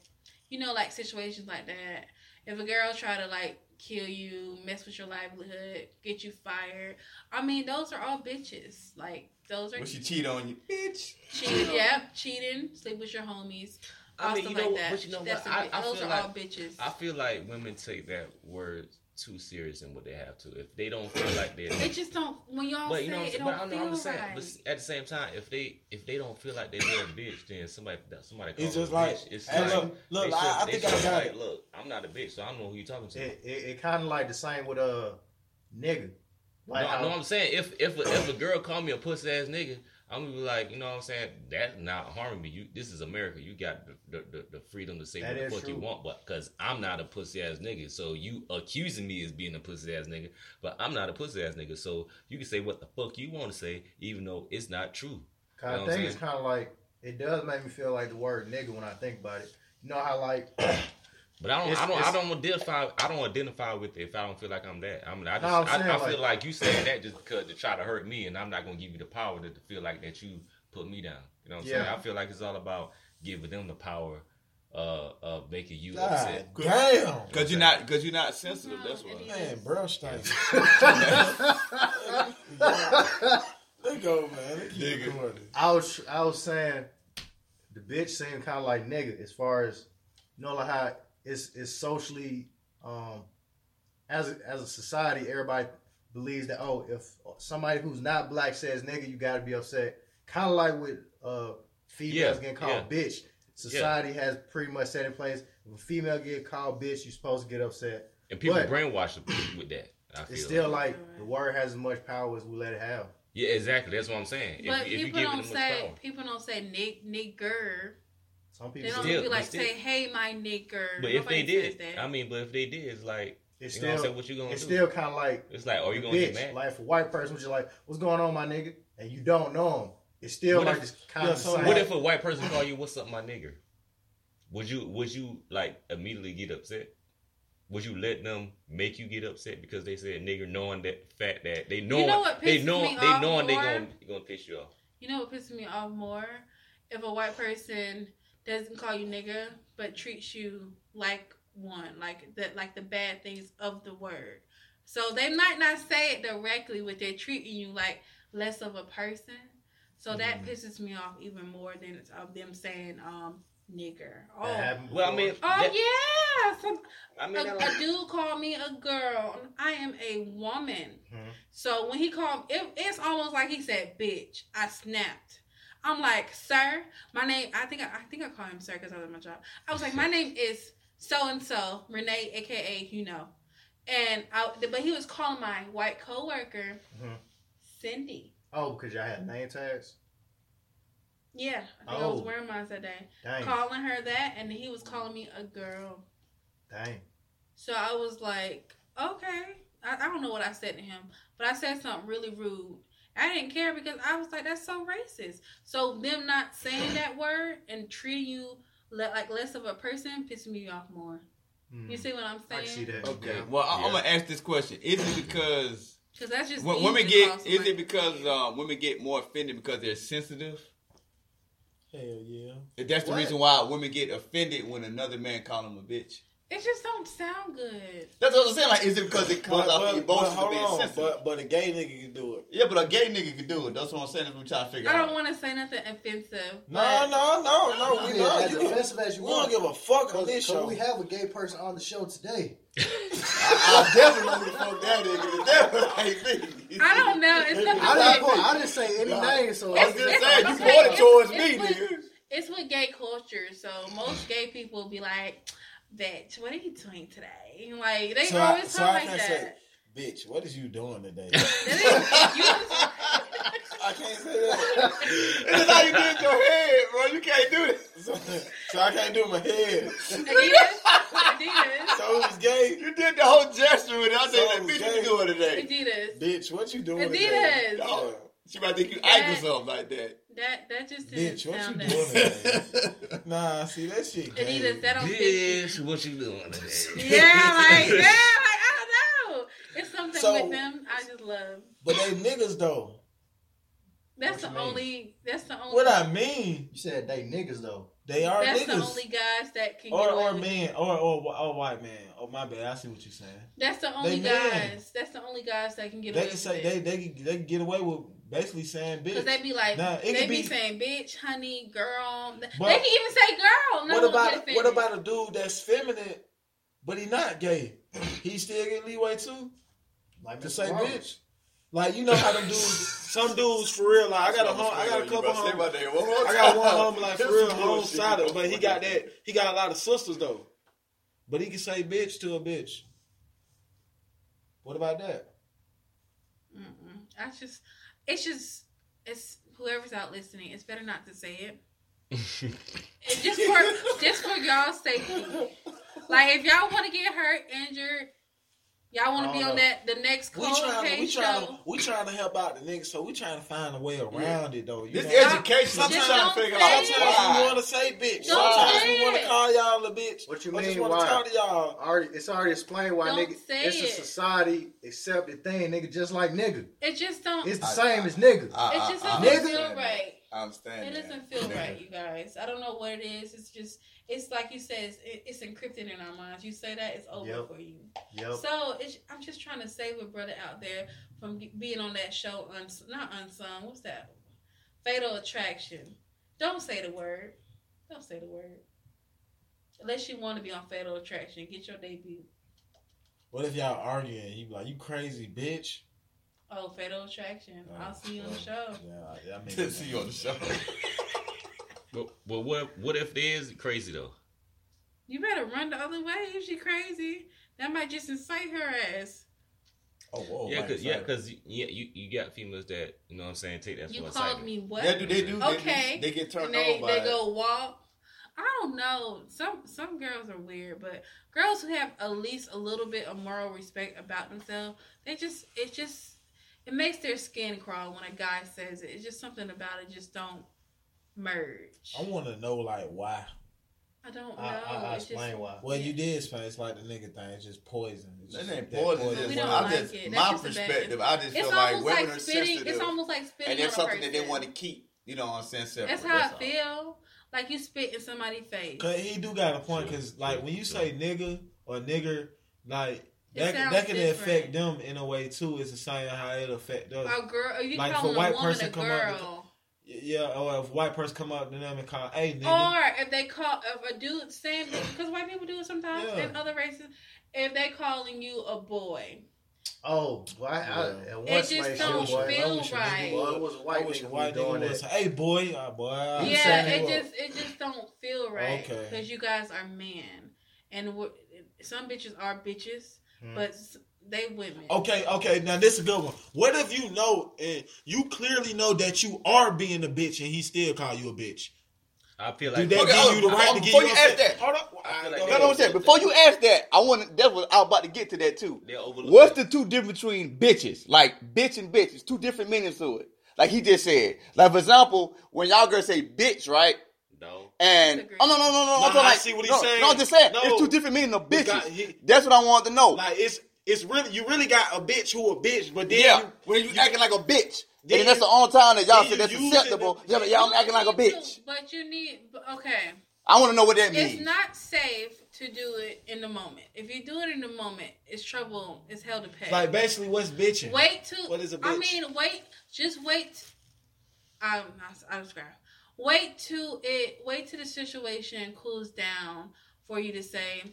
Speaker 5: You know, like situations like that. If a girl try to like kill you, mess with your livelihood, get you fired. I mean, those are all bitches. Like those are
Speaker 1: When she cheat on you, bitch.
Speaker 5: cheating. Yeah, cheating, sleep with your homies.
Speaker 4: I
Speaker 5: all
Speaker 4: mean, you
Speaker 5: stuff
Speaker 4: know,
Speaker 5: like that.
Speaker 4: but you know
Speaker 5: That's
Speaker 4: what?
Speaker 5: a
Speaker 4: I,
Speaker 5: bit-
Speaker 4: I
Speaker 5: those
Speaker 4: feel
Speaker 5: are
Speaker 4: like
Speaker 5: all bitches.
Speaker 4: I feel like women take that word too serious than what they have to. If they don't feel like they're
Speaker 5: It just don't. When y'all
Speaker 4: But
Speaker 5: say
Speaker 4: you know, what I'm
Speaker 5: it,
Speaker 4: saying?
Speaker 5: don't
Speaker 4: but I know
Speaker 5: feel
Speaker 4: I'm just saying.
Speaker 5: right.
Speaker 4: But s- at the same time, if they if they don't feel like they're a bitch, then somebody that somebody call
Speaker 2: It's
Speaker 4: them
Speaker 2: just
Speaker 4: a
Speaker 2: like,
Speaker 4: Oh, bitch. it's
Speaker 2: hey,
Speaker 4: like
Speaker 2: look, look,
Speaker 4: they
Speaker 2: I, I
Speaker 4: should- they
Speaker 2: think I
Speaker 4: should be
Speaker 2: got
Speaker 4: like,
Speaker 2: it.
Speaker 4: Look, I'm not a bitch, so I don't know who you talking to.
Speaker 3: It it, it kind of like the same with a nigga. Like
Speaker 4: no, I
Speaker 3: how-
Speaker 4: know what I'm saying. If if a, if a girl call me a pussy ass nigga, I'm gonna be like, you know what I'm saying? That's not harming me. You, this is America. You got the, the, the, the freedom to say
Speaker 3: That
Speaker 4: what
Speaker 3: is
Speaker 4: the fuck you
Speaker 3: true.
Speaker 4: want, but because I'm not a pussy ass nigga, so you accusing me as being a pussy ass nigga, but I'm not a pussy ass nigga, so you can say what the fuck you want to say, even though it's not true.
Speaker 3: Kind of
Speaker 4: know what I'm
Speaker 3: thing
Speaker 4: saying?
Speaker 3: it's kind of like it does make me feel like the word nigga when I think about it. You know how like
Speaker 4: But I don't,
Speaker 3: It's-
Speaker 4: I don't, I
Speaker 3: it's-
Speaker 4: don't identify. I don't identify with it if I don't feel like I'm that. I mean, I just,
Speaker 3: No, I'm
Speaker 4: I,
Speaker 3: saying,
Speaker 4: I feel like you saying that just because to try to hurt me, and I'm not gonna give you the power to, to feel like that you put me down. You know what I'm saying?
Speaker 3: Yeah.
Speaker 4: I feel like it's all about giving them the power uh, of making you
Speaker 2: God
Speaker 4: upset.
Speaker 2: damn,
Speaker 1: Cause you're not, cause you're not sensitive. That's why.
Speaker 2: man, bro, stank. Let go, man. Let keep
Speaker 1: Nigga.
Speaker 2: recording.
Speaker 3: I was I was saying the bitch seemed kind of like nigga as far as you know like how it's it's socially um as a, as a society everybody believes that oh if somebody who's not black says nigga you got to be upset kind of like with uh females
Speaker 4: Yeah,
Speaker 3: getting called bitch society has pretty much set in place if a female get called bitch you're supposed to get upset
Speaker 4: And people
Speaker 3: But-
Speaker 4: brainwash with that. I feel
Speaker 3: it's
Speaker 4: like.
Speaker 3: still like the word has as much power as we let it have
Speaker 4: yeah, exactly. That's what I'm saying. If,
Speaker 5: but
Speaker 4: if you
Speaker 5: people
Speaker 4: give them
Speaker 5: don't
Speaker 4: much
Speaker 5: say
Speaker 4: power,
Speaker 5: people don't say nig nigger.
Speaker 3: some
Speaker 5: They
Speaker 3: people
Speaker 5: don't
Speaker 4: Still,
Speaker 5: be like
Speaker 4: still.
Speaker 5: say, "Hey, my nigger."
Speaker 4: but if they
Speaker 5: Nobody
Speaker 4: did,
Speaker 5: says
Speaker 4: I mean, but if they did, it's like,
Speaker 3: it's
Speaker 4: you know what I'm
Speaker 3: still
Speaker 4: saying? What you gonna
Speaker 3: it's
Speaker 4: do?
Speaker 3: still kind of like
Speaker 4: it's like, are you gonna
Speaker 3: bitch.
Speaker 4: get mad?
Speaker 3: Like if a white person was just like, "What's going on, my nigga?" and you don't know him, it's still
Speaker 4: What
Speaker 3: like
Speaker 4: if-
Speaker 3: this kind
Speaker 2: Yeah,
Speaker 3: of
Speaker 2: so
Speaker 4: What
Speaker 2: Right.
Speaker 4: if a white person call you "What's up, my nigger"? Would you would you like immediately get upset? Would you let them make you get upset because they said nigger, knowing that fact that they knowing
Speaker 5: know what
Speaker 4: they
Speaker 5: pisses
Speaker 4: knowing
Speaker 5: me
Speaker 4: they
Speaker 5: off
Speaker 4: knowing they
Speaker 5: more?
Speaker 4: gonna gonna piss you off?
Speaker 5: You know what pisses me off more? If a white person doesn't call you nigger, but treats you like one, like the like the bad things of the word. So they might not say it directly, but they're treating you like less of a person. So
Speaker 3: Mm-hmm.
Speaker 5: that pisses me off even more than it's of them saying um nigger.
Speaker 3: That
Speaker 5: Oh,
Speaker 3: happened
Speaker 4: Well, I
Speaker 3: before.
Speaker 4: mean,
Speaker 5: oh
Speaker 4: that-
Speaker 5: yeah. Some,
Speaker 4: I
Speaker 5: a,
Speaker 4: mean, I
Speaker 5: a
Speaker 4: don't-
Speaker 5: dude called me a girl. and I am a woman.
Speaker 3: Mhm.
Speaker 5: So when he called, it, it's almost like he said, "Bitch." I snapped. I'm like, "Sir, my name." I think I, I think I called him sir because I was at my job. I was like, "My name is so and so, Renee, aka you know." And I, but he was calling my white coworker,
Speaker 3: Mhm.
Speaker 5: Cindy.
Speaker 3: oh, because y'all had name tags.
Speaker 5: Yeah, I think I was
Speaker 3: Oh.
Speaker 5: wearing mine that day.
Speaker 3: Dang,
Speaker 5: Calling her that, and he was calling me a girl.
Speaker 3: dang.
Speaker 5: So I was like, okay. I, I don't know what I said to him, but I said something really rude. I didn't care because I was like, that's so racist. So them not saying that word and treating you le- like less of a person pissed me off more.
Speaker 3: Hmm.
Speaker 5: You see what I'm
Speaker 3: I can see
Speaker 5: saying?
Speaker 3: that.
Speaker 1: Okay.
Speaker 4: Yeah.
Speaker 1: Well, I, I'm
Speaker 4: Yeah.
Speaker 1: gonna ask this question: Is it because
Speaker 5: Because that's just
Speaker 1: when
Speaker 5: easy
Speaker 1: women
Speaker 5: to call
Speaker 1: get? Is
Speaker 5: somebody-
Speaker 1: it because um, women get more offended because they're sensitive?
Speaker 2: Hell yeah.
Speaker 1: If that's the
Speaker 3: What?
Speaker 1: reason why women get offended when another man calls them a bitch.
Speaker 5: it just don't sound good.
Speaker 1: That's what I'm saying. Like, is it because it comes
Speaker 2: But,
Speaker 1: off
Speaker 2: but,
Speaker 1: the
Speaker 2: but
Speaker 1: emotions of
Speaker 2: hold
Speaker 1: being
Speaker 2: on,
Speaker 1: sensitive?
Speaker 2: but but a gay nigga can do it.
Speaker 1: yeah, but a gay nigga can do it. That's what I'm saying. If we trying to figure
Speaker 5: I
Speaker 1: out.
Speaker 5: don't want to say nothing offensive.
Speaker 2: No, no, no, no.
Speaker 6: I
Speaker 2: We
Speaker 6: mean,
Speaker 2: don't.
Speaker 6: as
Speaker 2: You can-
Speaker 6: offensive as you
Speaker 2: we don't
Speaker 6: want.
Speaker 2: give a fuck on
Speaker 6: Because
Speaker 2: this show.
Speaker 6: we have a gay person on the show today.
Speaker 1: I, I definitely know who the fuck that nigga is. That was like me.
Speaker 5: I don't know. It's nothing.
Speaker 6: I didn't, put, I didn't say any name, so
Speaker 1: I'm just saying, you
Speaker 5: okay,
Speaker 1: brought it
Speaker 5: it's-
Speaker 1: towards me,
Speaker 5: it's
Speaker 1: nigga.
Speaker 5: with- It's with gay culture, so most gay people be like, bitch, what are you doing today? Like they
Speaker 2: So I-
Speaker 5: always
Speaker 2: so
Speaker 5: talk
Speaker 2: I
Speaker 5: like
Speaker 2: can
Speaker 5: that.
Speaker 2: say- Bitch, what is you doing today?
Speaker 5: That is- you just-
Speaker 2: I can't say that.
Speaker 1: That's how you do it in your head, bro. You can't do it.
Speaker 2: So, so I can't do my head.
Speaker 5: Adidas, Adidas,
Speaker 2: So it was gay.
Speaker 1: You did the whole gesture with it. I said, like,
Speaker 2: So
Speaker 1: bitch, what
Speaker 2: gay.
Speaker 1: you doing today?
Speaker 5: Adidas.
Speaker 2: Bitch, what you doing
Speaker 5: Adidas.
Speaker 2: today?
Speaker 1: Dog. She might think you
Speaker 5: Yeah.
Speaker 1: Ike or something like that.
Speaker 5: That that just didn't
Speaker 2: Bitch, what you
Speaker 5: sound
Speaker 2: doing
Speaker 5: that.
Speaker 2: today? Nah, see that shit. gay.
Speaker 5: Adidas, that don't fit
Speaker 4: Bitch,
Speaker 5: you.
Speaker 4: what you doing today?
Speaker 5: Yeah, like yeah, like I don't know. It's something
Speaker 2: So-
Speaker 5: with them I just love.
Speaker 2: But they niggas though.
Speaker 5: That's the
Speaker 3: What you mean?
Speaker 5: only. That's the only.
Speaker 2: What I mean,
Speaker 3: You said they niggas though.
Speaker 2: they are
Speaker 5: that's the
Speaker 2: niggas.
Speaker 5: only guys that can.
Speaker 2: or
Speaker 5: get away
Speaker 2: or
Speaker 5: with
Speaker 2: men or or wh- or white man. Oh my bad, I see what you're saying.
Speaker 5: That's the only
Speaker 2: They
Speaker 5: guys.
Speaker 2: men.
Speaker 5: That's the only guys that can get
Speaker 2: They
Speaker 5: away
Speaker 2: can
Speaker 5: with
Speaker 2: say
Speaker 5: it.
Speaker 2: they they can, they can get away with basically saying
Speaker 5: Cause
Speaker 2: bitch.
Speaker 5: they be like,
Speaker 2: Nah, it
Speaker 5: they
Speaker 2: could
Speaker 5: be,
Speaker 2: be-
Speaker 5: saying, "Bitch, honey, girl." They
Speaker 2: But-
Speaker 5: can even say, "Girl." No,
Speaker 2: what about
Speaker 5: no,
Speaker 2: what about a dude that's feminine, but he not gay? He still get leeway too
Speaker 3: Like
Speaker 2: to
Speaker 3: Mr.
Speaker 2: say
Speaker 3: Rhodes.
Speaker 2: bitch. Like you know how them dudes, some dudes for real. Like I got a home, I got a couple home. I got one homie like for real home solid, but he got that he got a lot of sisters though. But he can say bitch to a bitch. What about that?
Speaker 5: Mm-mm. I just, it's just, it's whoever's out listening. It's better not to say it. And just for just for y'all's safety. Like if y'all want to get hurt, injured, y'all
Speaker 2: I
Speaker 5: want to be
Speaker 2: don't
Speaker 5: on
Speaker 2: know.
Speaker 5: that the next
Speaker 2: We
Speaker 5: cold
Speaker 2: trying to we
Speaker 5: case
Speaker 2: trying to
Speaker 5: show.
Speaker 2: we trying to help out the niggas, so we trying to find a way around it though. You
Speaker 1: This
Speaker 2: know?
Speaker 1: education, I'm
Speaker 2: Just
Speaker 1: trying
Speaker 5: don't
Speaker 1: to figure
Speaker 5: say
Speaker 1: out
Speaker 5: it.
Speaker 2: Sometimes we
Speaker 1: why.
Speaker 2: want to say bitch.
Speaker 5: Don't
Speaker 2: Sometimes
Speaker 5: say
Speaker 2: we want to
Speaker 5: it.
Speaker 2: call y'all a bitch.
Speaker 3: What you
Speaker 2: I just
Speaker 3: mean,
Speaker 2: want
Speaker 3: why?
Speaker 2: to talk to y'all.
Speaker 3: Already, it's already explained why
Speaker 5: Don't
Speaker 3: nigga.
Speaker 5: say
Speaker 3: It's
Speaker 5: it.
Speaker 3: a society accepted thing, nigga. Just like nigga,
Speaker 5: It just don't.
Speaker 3: it's the
Speaker 1: I-
Speaker 3: same as nigga.
Speaker 5: it
Speaker 1: I-
Speaker 5: just
Speaker 1: I- I
Speaker 5: doesn't
Speaker 3: nigga.
Speaker 5: feel
Speaker 1: understand that.
Speaker 5: right.
Speaker 1: I understand.
Speaker 5: It
Speaker 1: that.
Speaker 5: doesn't feel right, you guys. I don't know what it is. It's just, it's like you said, it's, it- it's encrypted in our minds. You say that, it's over
Speaker 3: Yep.
Speaker 5: for you.
Speaker 3: yep.
Speaker 5: So it's, I'm just trying to save a brother out there from ge- being on that show, uns, not unsung. What's that? Fatal Attraction. Don't say the word. Don't say the word. Unless you want to be on Fatal Attraction, get your debut.
Speaker 2: What if y'all arguing? You be like, you crazy bitch.
Speaker 5: Oh, Fatal Attraction. I'll see you on the
Speaker 2: Oh,
Speaker 5: show.
Speaker 2: Yeah, I, I mean,
Speaker 1: Didn't see you on the show.
Speaker 4: but, but what what if it is crazy though?
Speaker 5: You better run the other way if she crazy. That might just incite her ass.
Speaker 2: Oh, whoa,
Speaker 4: yeah,
Speaker 2: right,
Speaker 4: cause, yeah,
Speaker 2: sorry.
Speaker 4: because yeah, you, you got females that you know what I'm saying take that
Speaker 5: You
Speaker 4: for
Speaker 5: called
Speaker 4: excitement.
Speaker 5: me what?
Speaker 1: They do. They do. they-
Speaker 5: Okay.
Speaker 1: They get
Speaker 5: and
Speaker 1: turned
Speaker 5: they,
Speaker 1: on by
Speaker 5: they
Speaker 1: it.
Speaker 5: go walk. I don't know. Some some girls are weird, but girls who have at least a little bit of moral respect about themselves, they just it just it makes their skin crawl when a guy says it. It's just something about it just don't merge.
Speaker 2: I want to know like why.
Speaker 5: I don't know.
Speaker 3: I, I, I
Speaker 5: It's just-
Speaker 3: explain why.
Speaker 2: Well, you did explain it's like the nigga thing. It's just poison. It's
Speaker 1: That
Speaker 2: just
Speaker 1: ain't
Speaker 2: that
Speaker 1: poison.
Speaker 5: We
Speaker 1: It's
Speaker 5: don't
Speaker 1: I
Speaker 5: like
Speaker 1: just,
Speaker 5: it. That's
Speaker 1: my
Speaker 5: just a bad-
Speaker 1: perspective, I just
Speaker 5: it's
Speaker 1: feel like
Speaker 5: almost
Speaker 1: women
Speaker 5: like
Speaker 1: are
Speaker 5: spitting.
Speaker 1: sensitive,
Speaker 5: It's almost like spitting
Speaker 1: and
Speaker 5: on
Speaker 1: that's
Speaker 5: a
Speaker 1: something that they
Speaker 5: person.
Speaker 1: want to keep. You know what I'm saying? Separate.
Speaker 5: That's how I
Speaker 1: all.
Speaker 5: feel. Like you spit in somebody's face.
Speaker 2: Cause he do got a point. Cause
Speaker 4: Sure,
Speaker 2: like
Speaker 4: sure,
Speaker 2: when you
Speaker 4: sure.
Speaker 2: say nigga or nigger, like
Speaker 5: It
Speaker 2: that
Speaker 5: sounds
Speaker 2: that can affect
Speaker 5: different.
Speaker 2: them in a way too. It's the same how it affect us.
Speaker 5: A girl, you
Speaker 2: Like, if a
Speaker 5: calling a,
Speaker 2: white
Speaker 5: woman
Speaker 2: person
Speaker 5: a
Speaker 2: come up to-
Speaker 5: girl,
Speaker 2: Yeah, or if white person come up to them and call, hey nigga,
Speaker 5: or if they call if a dude saying because white people do it sometimes
Speaker 2: Yeah.
Speaker 5: in other races, if they calling you a boy,
Speaker 3: Oh, well, I, I,
Speaker 2: Yeah.
Speaker 3: at
Speaker 5: it
Speaker 3: one
Speaker 5: just
Speaker 3: place,
Speaker 2: I
Speaker 5: don't
Speaker 2: wish a- I
Speaker 5: feel
Speaker 2: wish a nigga
Speaker 5: right.
Speaker 3: Well, it was a
Speaker 2: I
Speaker 3: white
Speaker 2: wish a
Speaker 3: nigga who
Speaker 2: white
Speaker 3: was
Speaker 2: nigga
Speaker 3: doing
Speaker 2: would
Speaker 3: that.
Speaker 2: say, hey boy, uh, boy, I
Speaker 3: You
Speaker 5: yeah,
Speaker 3: saying
Speaker 5: it
Speaker 3: you
Speaker 2: up."
Speaker 5: just it just don't feel right
Speaker 2: Okay.
Speaker 5: because you guys are men, and we some bitches are bitches,
Speaker 3: Hmm.
Speaker 5: but s- they women.
Speaker 2: Okay, okay. Now this is a good one. What if you know and you clearly know that you are being a bitch and he still call you a bitch?
Speaker 4: I feel
Speaker 2: Do
Speaker 4: like
Speaker 2: that
Speaker 1: Okay,
Speaker 2: give you the
Speaker 1: oh,
Speaker 2: right
Speaker 1: oh,
Speaker 2: to get
Speaker 1: before you ask
Speaker 2: upset?
Speaker 1: that-
Speaker 2: Hold up.
Speaker 4: I
Speaker 1: No,
Speaker 2: Go
Speaker 4: feel like that-
Speaker 2: ahead.
Speaker 1: no, I'm saying, Before you ask that, I want that was I was about to get to that too.
Speaker 4: They're overlooking
Speaker 1: What's
Speaker 4: it.
Speaker 1: the two difference between bitches? Like bitch and bitch. It's two different meanings to it. Like he just said. Like for example, when y'all girls say bitch, right?
Speaker 4: no?
Speaker 1: And
Speaker 5: Disagree.
Speaker 1: oh no no no no,
Speaker 2: Nah,
Speaker 1: I'm talking
Speaker 2: I
Speaker 1: like,
Speaker 2: see what he's
Speaker 1: no,
Speaker 2: saying.
Speaker 1: No, I'm just saying
Speaker 2: No.
Speaker 1: it's two different meanings of
Speaker 2: We
Speaker 1: bitches.
Speaker 2: got- he-
Speaker 1: That's what I wanted to know.
Speaker 2: Like it's it's really you really got a bitch who a bitch, but then
Speaker 1: yeah,
Speaker 2: you,
Speaker 1: when you, acting like a bitch,
Speaker 2: Then
Speaker 1: and that's
Speaker 2: you-
Speaker 1: the only time that y'all
Speaker 2: then
Speaker 1: said
Speaker 2: you
Speaker 1: that's
Speaker 2: using
Speaker 1: acceptable.
Speaker 2: it-
Speaker 1: Yeah, but y'all
Speaker 5: You
Speaker 1: acting like a
Speaker 5: need to-
Speaker 1: bitch.
Speaker 5: but you need but- okay.
Speaker 1: I want to know what that means.
Speaker 5: It's not safe to do it in the moment. If you do it in the moment, it's trouble. It's hell to pay.
Speaker 2: like basically what's bitching?
Speaker 5: Wait to.
Speaker 2: What is a
Speaker 5: I
Speaker 2: bitch?
Speaker 5: mean, wait. Just wait. I'm not. I describe. Wait till it. Wait till the situation cools down for you to say,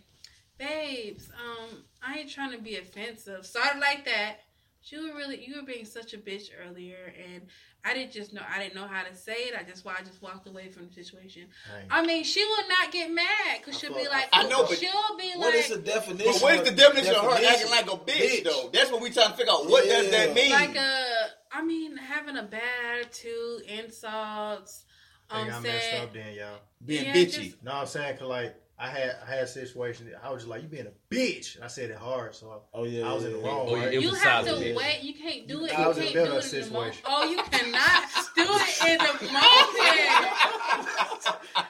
Speaker 5: "Babes, um, I ain't trying to be offensive. Sorry like that. She was really you were being such a bitch earlier, and I didn't just know I didn't know how to say it. I just why I just walked away from the situation. I mean, she will not get mad because she'll be
Speaker 3: thought-
Speaker 5: like,
Speaker 1: I know, but
Speaker 5: she'll be
Speaker 2: What
Speaker 5: like,
Speaker 2: is the definition?
Speaker 1: But where's the definition of her acting like a bitch,
Speaker 2: Bitch.
Speaker 1: though? That's what we trying to figure out. What does that
Speaker 2: Yeah.
Speaker 1: mean?
Speaker 5: like a I mean, having a bad attitude, insults.
Speaker 3: I
Speaker 5: Um,
Speaker 3: think I messed
Speaker 5: said,
Speaker 3: up then, y'all.
Speaker 1: Being
Speaker 5: yeah,
Speaker 1: bitchy.
Speaker 3: No, I'm saying, cause like I had I had a situation. that I was just like, you being a bitch. And I said it hard, so
Speaker 2: Oh yeah,
Speaker 3: I was in the
Speaker 2: yeah,
Speaker 3: wrong.
Speaker 4: Oh, yeah,
Speaker 3: right?
Speaker 4: it
Speaker 5: you
Speaker 4: was
Speaker 5: have to
Speaker 4: solid, bitch.
Speaker 5: wait. You can't do it. You
Speaker 3: I was in
Speaker 5: can't
Speaker 3: the
Speaker 5: do
Speaker 3: middle of
Speaker 5: it
Speaker 3: the
Speaker 5: in the moment.
Speaker 3: situation.
Speaker 5: Oh, you cannot do it in the moment.
Speaker 2: yeah.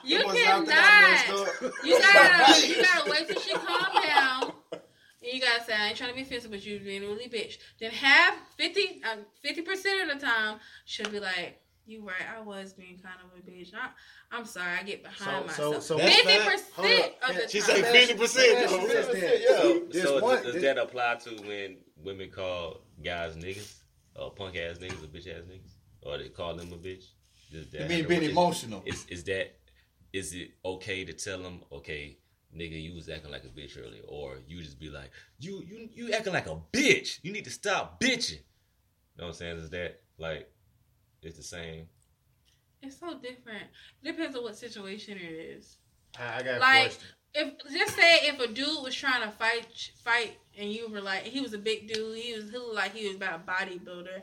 Speaker 5: You
Speaker 2: It was out that I
Speaker 5: cannot.
Speaker 2: messed up.
Speaker 5: You gotta, you gotta wait till she calm down. And you gotta say, I ain't trying to be offensive, but you being a really bitch. Then have 50 percent of the time, she'll be like, "You right, I was being kind of a bitch. I, I'm sorry, I get behind
Speaker 3: So- so-
Speaker 5: myself."
Speaker 3: so-
Speaker 2: That's
Speaker 5: Fifty
Speaker 3: Hold
Speaker 5: percent
Speaker 3: up.
Speaker 5: of the
Speaker 2: She
Speaker 5: time.
Speaker 2: said fifty percent.
Speaker 3: Let me ask you this
Speaker 1: Yeah.
Speaker 3: then. There's
Speaker 4: so
Speaker 3: one-
Speaker 4: does, does that apply to when women call guys niggas, or punk ass niggas, or bitch ass niggas, or they call them a bitch? Does that
Speaker 1: You mean
Speaker 4: happen?
Speaker 1: being
Speaker 4: Is-
Speaker 1: emotional?
Speaker 4: Is is that is it okay to tell them okay? Nigga, you was acting like a bitch earlier, or you just be like, you you you acting like a bitch. You need to stop bitching. You know what I'm saying? Is that like, it's the same?
Speaker 5: It's so different. It depends on what situation it is.
Speaker 3: I, I got a
Speaker 5: Like-
Speaker 3: question.
Speaker 5: If just say if a dude was trying to fight fight and you were like he was a big dude, he was he looked like he was about a bodybuilder,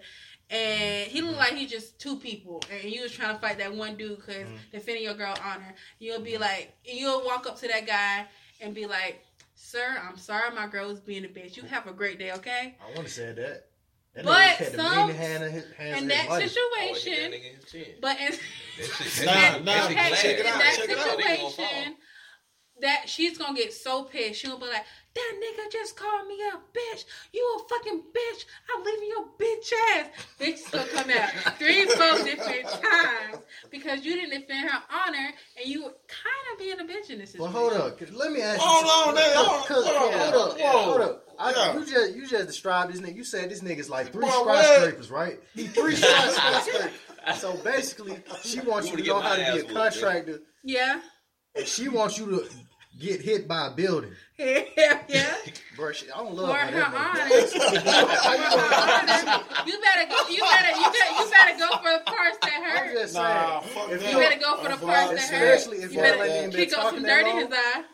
Speaker 5: and he looked like he just two people, and you was trying to fight that one dude because
Speaker 3: Mhm.
Speaker 5: defending your girl honor, you'll be like you'll walk up to that guy and be like, "Sir, I'm sorry, my girl was being a bitch. You have a great day, okay?"
Speaker 3: I want to say that. That
Speaker 5: But
Speaker 3: nigga had the
Speaker 5: some-
Speaker 3: mean hand in his, hands
Speaker 5: In
Speaker 3: in
Speaker 5: that
Speaker 3: his life.
Speaker 4: Oh,
Speaker 5: situation, but in
Speaker 2: Nah, nah,
Speaker 5: okay,
Speaker 2: check it
Speaker 5: in
Speaker 2: out,
Speaker 5: that
Speaker 2: check it out.
Speaker 5: situation, that she's gonna get so pissed. She'll be like, "That nigga just called me a bitch. You a fucking bitch. I'm leaving your bitch ass." Bitch gonna come out three, four different times because you didn't defend her honor and you were kind of being a bitch in this situation.
Speaker 6: Well, hold up. 'cause Let me ask you.
Speaker 2: Hold on, man. Hold on.
Speaker 6: Cause, hold
Speaker 2: Hold on.
Speaker 6: up,
Speaker 2: Yeah.
Speaker 6: hold up. I,
Speaker 2: Yeah.
Speaker 6: You just you just described this nigga. You said this nigga's like three
Speaker 2: Bro, what?
Speaker 6: skyscrapers, right? He three skyscrapers. So basically, she wants you
Speaker 4: You
Speaker 6: to
Speaker 4: wanna
Speaker 6: know
Speaker 4: get
Speaker 6: how to
Speaker 4: my
Speaker 6: be
Speaker 4: ass
Speaker 6: a
Speaker 4: whooped,
Speaker 6: contractor,
Speaker 5: Yeah,
Speaker 6: and she wants you to get hit by a building.
Speaker 5: yeah, yeah.
Speaker 6: Bro, she, I don't
Speaker 5: For
Speaker 6: love how
Speaker 5: her
Speaker 6: that nigga-
Speaker 5: honor, for her honor, you better go. You better, you better, you better go for the parts that
Speaker 6: I'm
Speaker 5: hurt.
Speaker 6: just saying.
Speaker 2: Nah, fuck
Speaker 6: If
Speaker 2: that.
Speaker 5: You better go for the
Speaker 2: I'm
Speaker 5: parts
Speaker 2: fine.
Speaker 5: that hurt.
Speaker 6: Especially if
Speaker 5: You
Speaker 6: y'all
Speaker 5: better
Speaker 6: ain't been
Speaker 5: kick off
Speaker 6: talking
Speaker 5: some
Speaker 6: that
Speaker 5: dirt in
Speaker 6: long.
Speaker 5: his eye.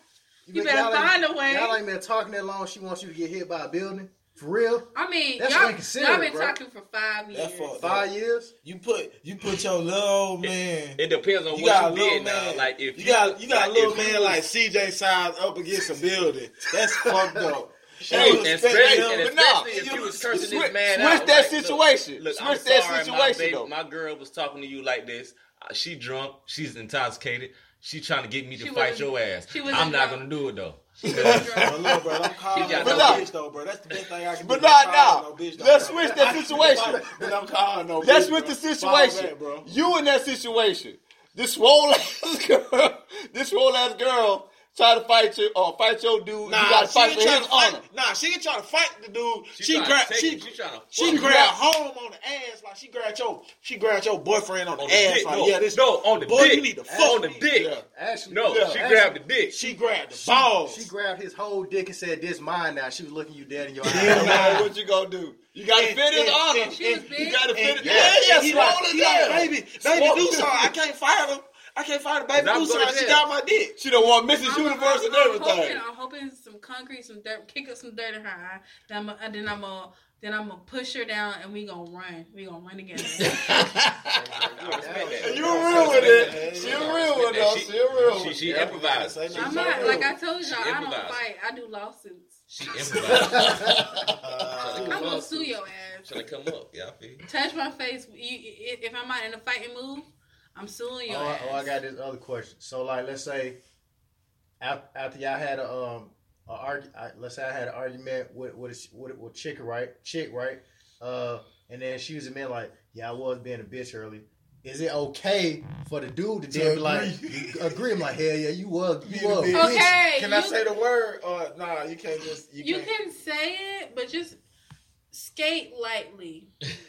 Speaker 5: You
Speaker 6: been-
Speaker 5: better
Speaker 6: y'all ain't-
Speaker 5: find a way.
Speaker 6: Y'all ain't been talking that long. She wants you to get hit by a building. For real?
Speaker 5: I mean,
Speaker 6: That's
Speaker 5: y'all,
Speaker 6: inconsiderate,
Speaker 5: y'all been
Speaker 6: bro.
Speaker 5: talking for five years.
Speaker 2: That fucked up.
Speaker 6: Five years?
Speaker 2: You put you put your little man.
Speaker 4: It depends on
Speaker 2: You got a
Speaker 4: what you
Speaker 2: little
Speaker 4: did now.
Speaker 2: man.
Speaker 4: Like if
Speaker 2: you got you got a
Speaker 4: like,
Speaker 2: little
Speaker 4: if you
Speaker 2: man
Speaker 4: was-
Speaker 2: like CJ size up against a building. That's fucked up.
Speaker 1: Hey,
Speaker 2: You
Speaker 4: and
Speaker 2: expect
Speaker 4: especially,
Speaker 2: him-
Speaker 4: and
Speaker 1: but nah,
Speaker 4: especially if
Speaker 2: you-
Speaker 4: you was cursing
Speaker 1: switch-
Speaker 4: this man
Speaker 1: switch
Speaker 4: out,
Speaker 1: that
Speaker 4: like,
Speaker 1: situation.
Speaker 4: Look, look,
Speaker 1: Switch
Speaker 4: I'm
Speaker 1: that
Speaker 4: sorry,
Speaker 1: situation,
Speaker 4: My, baby,
Speaker 1: though.
Speaker 4: my girl was talking to you like this. Uh, She drunk. She's intoxicated. She trying to get me to
Speaker 5: She
Speaker 4: fight
Speaker 5: wasn't-
Speaker 4: your ass.
Speaker 5: she wasn't
Speaker 4: I'm not
Speaker 5: drunk.
Speaker 4: gonna do it though.
Speaker 2: But look, bro, I'm calling
Speaker 4: got
Speaker 2: no
Speaker 1: no
Speaker 2: bitch though, bro. That's the best thing I can
Speaker 1: But
Speaker 2: do.
Speaker 1: nah,
Speaker 2: I'm calling
Speaker 1: nah.
Speaker 2: no bitch, though,
Speaker 1: Let's
Speaker 2: bro.
Speaker 1: switch that situation.
Speaker 2: but I'm calling no.
Speaker 1: That's
Speaker 2: bitch,
Speaker 1: with the
Speaker 2: bro. Follow
Speaker 1: situation.
Speaker 2: that, bro.
Speaker 1: You in that situation. This swole ass girl. This swole ass girl try to fight you or fight your dude.
Speaker 2: Nah,
Speaker 1: you gotta
Speaker 2: she
Speaker 1: fight
Speaker 2: ain't
Speaker 1: for his
Speaker 2: tryna
Speaker 1: honor.
Speaker 2: fight. Nah, she ain't trying to fight the dude. She,
Speaker 4: tryna
Speaker 2: grabbed
Speaker 4: take
Speaker 2: she,
Speaker 4: it. she trying to.
Speaker 2: she
Speaker 1: you.
Speaker 2: grabbed home on the ass like she grabbed your she grabbed your boyfriend on the
Speaker 4: on the
Speaker 2: ass
Speaker 4: dick.
Speaker 2: like
Speaker 4: no,
Speaker 2: yeah this
Speaker 4: no, on the
Speaker 2: boy
Speaker 4: dick.
Speaker 2: you need to fuck
Speaker 4: on the
Speaker 2: me.
Speaker 4: dick.
Speaker 2: Yeah.
Speaker 6: Actually, yeah,
Speaker 4: No, she
Speaker 6: actually,
Speaker 4: grabbed the dick.
Speaker 2: She grabbed the balls.
Speaker 6: She grabbed his whole dick and said, "This mine now." She was looking you dead in your eyes.
Speaker 1: You know what you gonna do? You gotta
Speaker 2: And-
Speaker 1: fit his
Speaker 2: and-
Speaker 1: honor.
Speaker 2: and-
Speaker 5: She was
Speaker 2: and-
Speaker 5: big.
Speaker 1: you gotta fit it.
Speaker 2: And-
Speaker 1: Yeah, yeah,
Speaker 2: and he
Speaker 1: swole
Speaker 2: like,
Speaker 1: as
Speaker 2: he like,
Speaker 1: hell.
Speaker 2: baby, baby,
Speaker 1: Swole
Speaker 2: do
Speaker 1: as
Speaker 2: something.
Speaker 1: hell.
Speaker 2: I can't fight him. I can't fight him, baby.
Speaker 4: I'm
Speaker 2: Do
Speaker 4: going
Speaker 2: something.
Speaker 4: to
Speaker 2: She
Speaker 4: jail.
Speaker 2: got my dick.
Speaker 1: She done won Mrs. Universe
Speaker 5: I'm, I'm,
Speaker 1: and
Speaker 5: I'm hoping,
Speaker 1: everything.
Speaker 5: I'm hoping some concrete, some dirt, kick up some dirt in her eye. Then I'm, and then I'm gonna, then I'm gonna push her down, and we gonna run. We gonna run together.
Speaker 4: I respect that.
Speaker 1: You
Speaker 4: I
Speaker 1: real with it.
Speaker 4: respect that.
Speaker 1: She
Speaker 4: I
Speaker 1: real
Speaker 4: respect
Speaker 1: with
Speaker 4: that.
Speaker 1: us. She real
Speaker 4: She
Speaker 1: with
Speaker 4: she
Speaker 2: Yeah, I'm
Speaker 4: improvised.
Speaker 2: gonna say
Speaker 5: I'm
Speaker 2: She's so
Speaker 5: not like
Speaker 2: real.
Speaker 5: I told y'all.
Speaker 4: She
Speaker 5: I don't
Speaker 4: improvised.
Speaker 5: fight. I do lawsuits.
Speaker 4: She improvised.
Speaker 5: I'm gonna sue your ass.
Speaker 4: Trying to come up. Yeah, I feel. you.
Speaker 5: Touch my face. You, i- if I'm not in a fighting mood, I'm suing your
Speaker 3: Oh, I-
Speaker 5: ass.
Speaker 3: oh, I got this other question. So, like, let's say af- after y'all had a um, a argu- I- let's say I had an argument with with a, ch- with, a- with chick right, chick right, uh, and then she was a man like, yeah, I was being a bitch earlier. Is it okay for the dude to then be like, you agree? I'm like, hell yeah, you was, you was.
Speaker 2: Okay.
Speaker 5: Okay.
Speaker 2: Can I
Speaker 5: you-
Speaker 2: say the word? Or nah, you can't just you,
Speaker 5: You
Speaker 2: can't.
Speaker 5: can say it, but just skate lightly.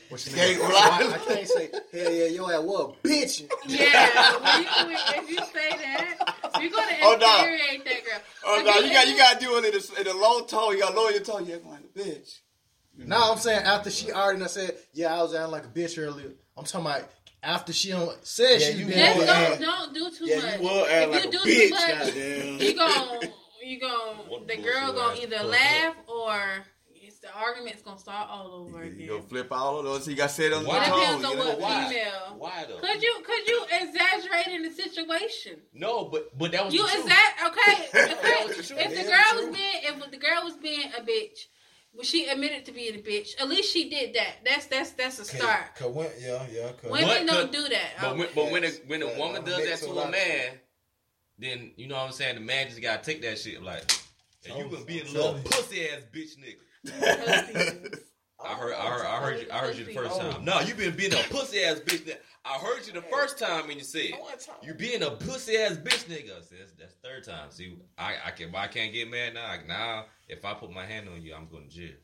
Speaker 3: What you
Speaker 1: Can't
Speaker 3: mean?
Speaker 1: lie.
Speaker 6: I can't say, "Hell yeah, yo, at what bitch?"
Speaker 5: Mm-hmm. Yeah, when you, if you say that, you're gonna
Speaker 1: Oh, nah.
Speaker 5: infuriate that girl.
Speaker 1: Oh
Speaker 5: Like,
Speaker 1: no,
Speaker 5: if
Speaker 1: you got you got to do it in a, in a low tone. You got to lower your tone. You're like, bitch. You
Speaker 3: No, I'm saying after she already done said, yeah, I was acting like a bitch earlier. I'm talking about after she don't said
Speaker 2: Yeah,
Speaker 3: she
Speaker 2: you
Speaker 3: been
Speaker 2: Yeah,
Speaker 5: Just
Speaker 2: will
Speaker 3: with
Speaker 2: add-
Speaker 5: don't,
Speaker 3: him.
Speaker 5: don't do too
Speaker 2: Yeah,
Speaker 5: much.
Speaker 2: you will act
Speaker 5: If
Speaker 2: like a
Speaker 5: you do too
Speaker 2: bitch,
Speaker 5: much, you
Speaker 2: goddamn.
Speaker 5: gon' you gon'
Speaker 4: What
Speaker 5: the
Speaker 4: bullshit
Speaker 5: girl gon'
Speaker 4: ass
Speaker 5: either
Speaker 4: fuck
Speaker 5: laugh or it's the argument's gonna start all over
Speaker 1: You
Speaker 5: again.
Speaker 1: gonna flip all of those? He got said on the
Speaker 4: Why?
Speaker 5: It
Speaker 4: Wow.
Speaker 5: depends
Speaker 1: tongue.
Speaker 5: on
Speaker 1: you know?
Speaker 5: what
Speaker 4: why?
Speaker 5: female.
Speaker 4: Why though?
Speaker 5: Cause you, cause you exaggerating the situation.
Speaker 4: No, but but that was
Speaker 5: You
Speaker 4: the truth.
Speaker 5: exact okay.
Speaker 4: That
Speaker 5: okay.
Speaker 4: was the
Speaker 5: if
Speaker 4: truth.
Speaker 5: the
Speaker 2: Yeah,
Speaker 5: girl
Speaker 2: true.
Speaker 5: was being, if the girl was being a bitch, well, she admitted to being a bitch. At least she did that. That's that's that's a start.
Speaker 2: Cause when, yeah, yeah. Cause
Speaker 5: Women
Speaker 4: What
Speaker 5: don't
Speaker 4: the-
Speaker 5: do that.
Speaker 4: But when, but when a when a
Speaker 2: Yes.
Speaker 4: woman
Speaker 2: That
Speaker 4: does that
Speaker 2: makes
Speaker 4: to
Speaker 2: a
Speaker 4: a
Speaker 2: lot of
Speaker 4: man, then you know what I'm saying. The man just gotta take that shit like, and you gonna be a
Speaker 3: I'm
Speaker 4: little
Speaker 3: telling you.
Speaker 4: pussy ass bitch nigga. I heard, I heard, I heard you, I heard you the first time. No, Oh, you been being a pussy ass bitch. Nigga. I heard you the first time when you said it. you being a pussy ass bitch, nigga. I said, That's, that's third time. See, I, I can, I can't get mad now. Like, now, if I put my hand on you, I'm going to jail.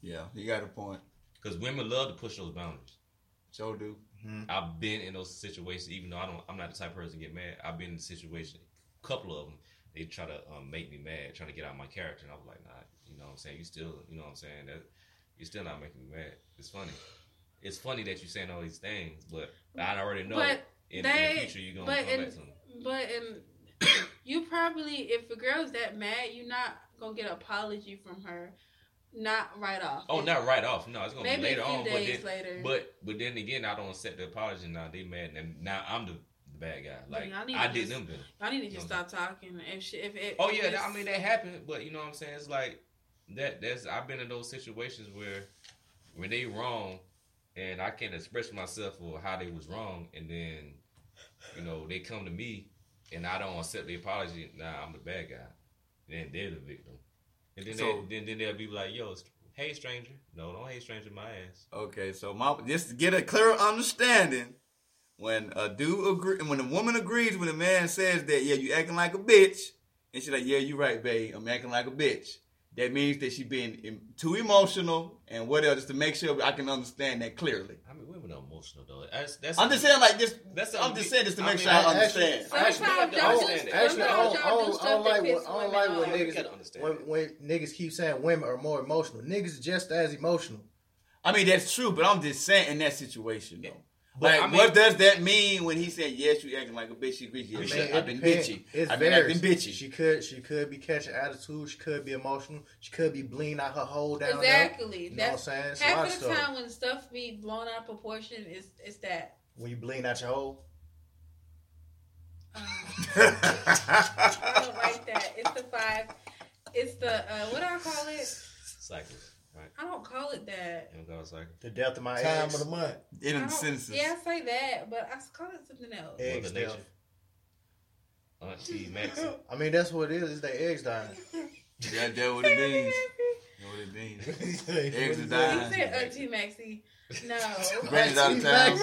Speaker 1: Yeah, he got a point.
Speaker 4: Because women love to push those boundaries.
Speaker 1: So do.
Speaker 4: I've been in those situations, even though I don't, I'm not the type of person to get mad. I've been in the situation, a couple of them, they try to um, make me mad, trying to get out my character, and I was like, nah, you know what I'm saying? You still, you know what I'm saying? That you're still not making me mad. It's funny. It's funny that you're saying all these things, but I already know
Speaker 5: But
Speaker 4: in, in
Speaker 5: they-
Speaker 4: the future you're gonna
Speaker 5: but
Speaker 4: come
Speaker 5: in-
Speaker 4: back to me.
Speaker 5: But and you probably, if a girl's that mad, you're not gonna get an apology from her, not right off.
Speaker 4: Oh, not right off. No, it's gonna
Speaker 5: maybe
Speaker 4: be later
Speaker 5: a few
Speaker 4: on, but
Speaker 5: days
Speaker 4: then,
Speaker 5: later.
Speaker 4: But but then again, I don't accept the apology now. They mad and now I'm the, the bad guy. Like
Speaker 5: I need
Speaker 4: I,
Speaker 5: to
Speaker 4: did
Speaker 5: just-
Speaker 4: them dirty.
Speaker 5: I need to just stop talking. If she, if it,
Speaker 4: Oh yeah,
Speaker 5: if
Speaker 4: I mean that happened, but you know what I'm saying? It's like that that's I've been in those situations where when they wrong and I can't express myself or how they was wrong and then you know, they come to me and I don't accept the apology, nah, I'm the bad guy. Then they're the victim. And then
Speaker 1: So-
Speaker 4: they, then then they'll be like, Yo, hey stranger. No, don't hey stranger my ass.
Speaker 1: Okay, so my just to get a clearer understanding, when a dude agree, when a woman agrees when a man says that, yeah, you acting like a bitch, and she's like, yeah, you right, babe, I'm acting like a bitch. That means that she being em- too emotional and what else to make sure I can understand that clearly.
Speaker 4: I mean women are emotional though. That's that's
Speaker 1: I'm just saying like this.
Speaker 4: That's
Speaker 1: I'm just saying this to
Speaker 4: I
Speaker 1: make
Speaker 4: mean,
Speaker 1: sure I
Speaker 3: I- actually-
Speaker 1: understand.
Speaker 5: Sometimes
Speaker 4: I actually-
Speaker 5: y'all do,
Speaker 4: Actually,
Speaker 5: sometimes
Speaker 3: Actually, I don't, I
Speaker 5: y'all do
Speaker 3: don't, I don't
Speaker 5: stuff
Speaker 3: like what
Speaker 5: that pisses
Speaker 3: I don't
Speaker 5: women
Speaker 3: like when
Speaker 5: off.
Speaker 4: You gotta
Speaker 3: niggas
Speaker 4: understand
Speaker 3: when,
Speaker 4: that.
Speaker 3: when niggas keep saying women are more emotional. Niggas just as emotional.
Speaker 1: I mean, that's true, but I'm just saying in that situation though.
Speaker 4: But,
Speaker 1: like,
Speaker 4: I mean-
Speaker 1: what does that mean when he said, "Yes, you acting like a bitch"? She agrees. Yes,
Speaker 3: I mean,
Speaker 1: I've
Speaker 3: it
Speaker 1: been
Speaker 3: depends.
Speaker 1: bitchy.
Speaker 3: It's
Speaker 1: I've been acting
Speaker 3: varies.
Speaker 1: bitchy.
Speaker 3: She could she could be catching attitude. She could be emotional. She could be bleeding out her whole down. there.
Speaker 5: Exactly.
Speaker 3: You know what I'm
Speaker 5: That's
Speaker 3: saying? It's a lot of
Speaker 5: half of the
Speaker 3: stuff.
Speaker 5: time when stuff be blown out of proportion. Is is that?
Speaker 3: When you bleeding out your whole,
Speaker 5: Um, I don't like that. It's the five. It's the uh, what do I call it?
Speaker 4: cycle.
Speaker 5: I don't call it that.
Speaker 4: You know what I'm saying?
Speaker 3: the death of my
Speaker 2: time
Speaker 3: ex.
Speaker 2: of the month.
Speaker 1: in the
Speaker 5: I don't-
Speaker 1: senses.
Speaker 5: Yeah, I say that, but I s- call it something else.
Speaker 3: Yeah. Eggs
Speaker 4: Mother Nature.
Speaker 3: down.
Speaker 4: Auntie Maxie.
Speaker 3: I mean, that's what it is. Is they eggs dying?
Speaker 1: That, that what it means. That what it means. Eggs are
Speaker 5: You
Speaker 1: dying.
Speaker 5: said Auntie Maxie. No,
Speaker 1: Granny's out of town.